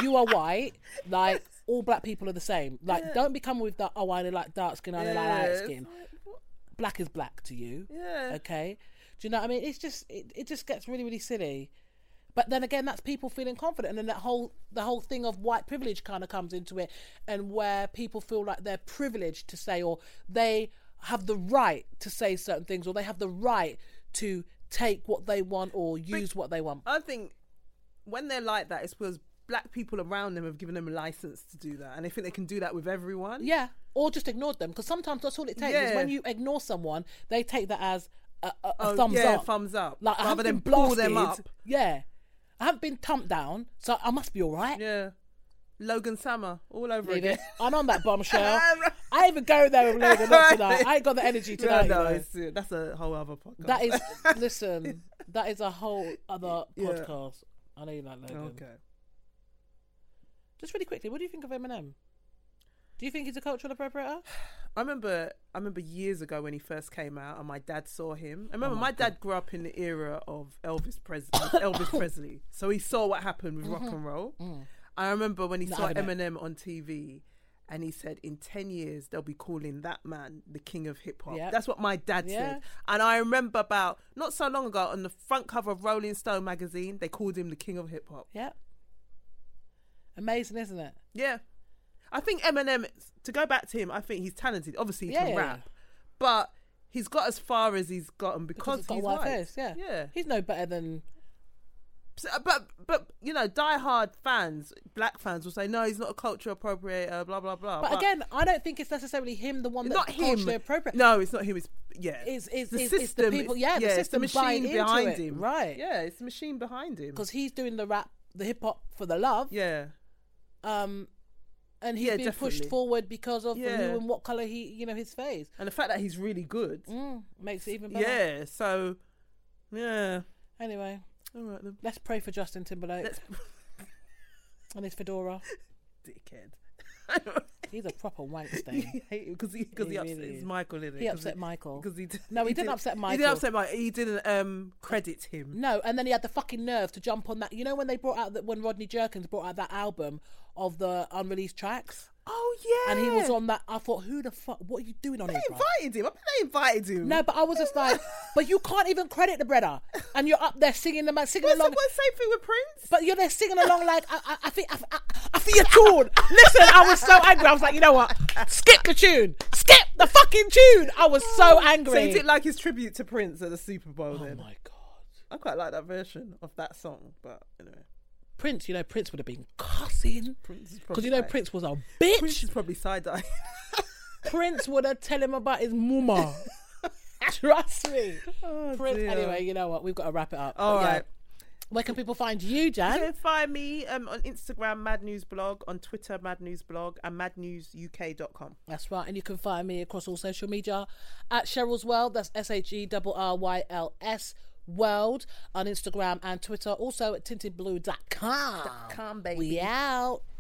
A: you are white, like all black people are the same. Like, don't be coming with that. Oh, I only like dark skin, I only like light
B: it's
A: skin.
B: like, what?
A: Black is black to you
B: Yeah.
A: okay do you know what i mean it's just it, it just gets really really silly but then again that's people feeling confident and then that whole the whole thing of white privilege kind of comes into it and where people feel like they're privileged to say or they have the right to say certain things or they have the right to take what they want or use what they want
B: I think when they're like that, it's because black people around them have given them a license to do that, and they think they can do that with everyone.
A: yeah or just ignored them because sometimes that's all it takes is
B: Yeah.
A: when you ignore someone they take that as a, a, a
B: Oh,
A: thumbs
B: yeah,
A: up
B: thumbs up.
A: like I
B: rather
A: haven't
B: than
A: been
B: pull
A: blasted.
B: them up.
A: Yeah, I haven't been thumped down, so I must be all right.
B: Yeah. Logan Summer all over
A: Leave
B: again.
A: it. I'm on that bombshell.
B: Right.
A: I even go there with Logan not tonight. I ain't got the energy
B: No,
A: tonight. you
B: no,
A: know.
B: it's, uh, that's a whole other podcast.
A: That is listen. That is a whole other
B: Yeah.
A: podcast. I know you like Logan.
B: okay.
A: Just really quickly, what do you think of Eminem? Do you think he's a cultural appropriator?
B: I remember, I remember years ago when he first came out, and my dad saw him. I
A: Oh
B: remember my, dad grew up in the era of Elvis Presley, Elvis Presley, so he saw what happened with
A: Mm-hmm.
B: rock and roll.
A: Mm.
B: I remember when he
A: No,
B: saw
A: I don't.
B: Eminem on TV, and he said, "In ten years, they'll be calling that man the king of hip hop."
A: Yep.
B: That's what my dad
A: Yeah.
B: said, and I remember about not so long ago on the front cover of Rolling Stone magazine, they called him the king of hip hop.
A: Yeah. Amazing, isn't it?
B: Yeah. I think Eminem, to go back to him, I think he's talented. Obviously, he
A: Yeah,
B: can
A: yeah,
B: rap. But he's got as far as he's gotten
A: because
B: because,
A: it's got a
B: he's
A: white
B: white.
A: face. Yeah.
B: Yeah.
A: He's no better than
B: So, uh, but but you know, die-hard fans, black fans will say, no, he's not a culture appropriator, blah blah blah.
A: But, again, I don't think it's necessarily him the one that's
B: not him.
A: culturally appropriate.
B: No, it's not him. It's yeah.
A: It's- it's-
B: the
A: it's-
B: system.
A: it's the people- yeah, the
B: it's
A: system buying into
B: behind
A: it.
B: him.
A: Right.
B: Yeah, it's the machine behind him.
A: because he's doing the rap, the hip hop for the love,
B: Yeah.
A: um, and he's
B: Yeah,
A: being pushed
B: definitely.
A: forward because of
B: Yeah.
A: who and what color he, you know, his face
B: And the fact that he's really good.
A: mm, makes it even better.
B: Yeah. So. Yeah.
A: Anyway,
B: All right then.
A: let's pray for Justin Timberlake
B: Let's.
A: and his fedora.
B: Dickhead.
A: He's a proper wank stain.
B: he hate because he because he,
A: He
B: upset
A: really
B: his
A: is.
B: Michael didn't
A: He upset Michael.
B: because he did,
A: No, he didn't
B: did-
A: upset
B: He
A: Michael.
B: didn't upset Michael. He didn't um credit him.
A: No, and then he had the fucking nerve to jump on that. You know when they brought out that when Rodney Jerkins brought out that album of the unreleased tracks,
B: Oh yeah.
A: and he was on that. I thought, who the fuck? What are you doing on
B: They
A: here? bruv?
B: invited him. I bet they invited him.
A: No, but I was just like, but you can't even credit the brother, and you're up there singing them, singing
B: What's the
A: along.
B: what's the same thing with Prince?
A: But you're there singing along like I, I, I think I, I, I feel your tune. Listen, I was so angry. I was like, you know what? Skip the tune. Skip the fucking tune. I was so
B: Oh. So he
A: angry.
B: did like his tribute to Prince at the Super Bowl.
A: oh
B: then
A: my god,
B: I quite like that version of that song, but anyway,
A: Prince. You know Prince would have been cussing
B: Prince is probably
A: because you know
B: like-
A: Prince was a bitch.
B: Prince is probably side eye.
A: Prince would have tell him about his mama. Trust me.
B: oh,
A: Prince.
B: dear.
A: Anyway, you know what? We've got to wrap it up.
B: All
A: But yeah.
B: right.
A: Where can people find you, Jan?
B: You can find me um, on Instagram, Mad News Blog, on Twitter, Mad News Blog, and madnewsuk.com.
A: That's right. And you can find me across all social media at Cheryl's World. That's S H E R R Y L S World on Instagram and Twitter. Also at tintedblue.com.
B: Com, baby.
A: We out.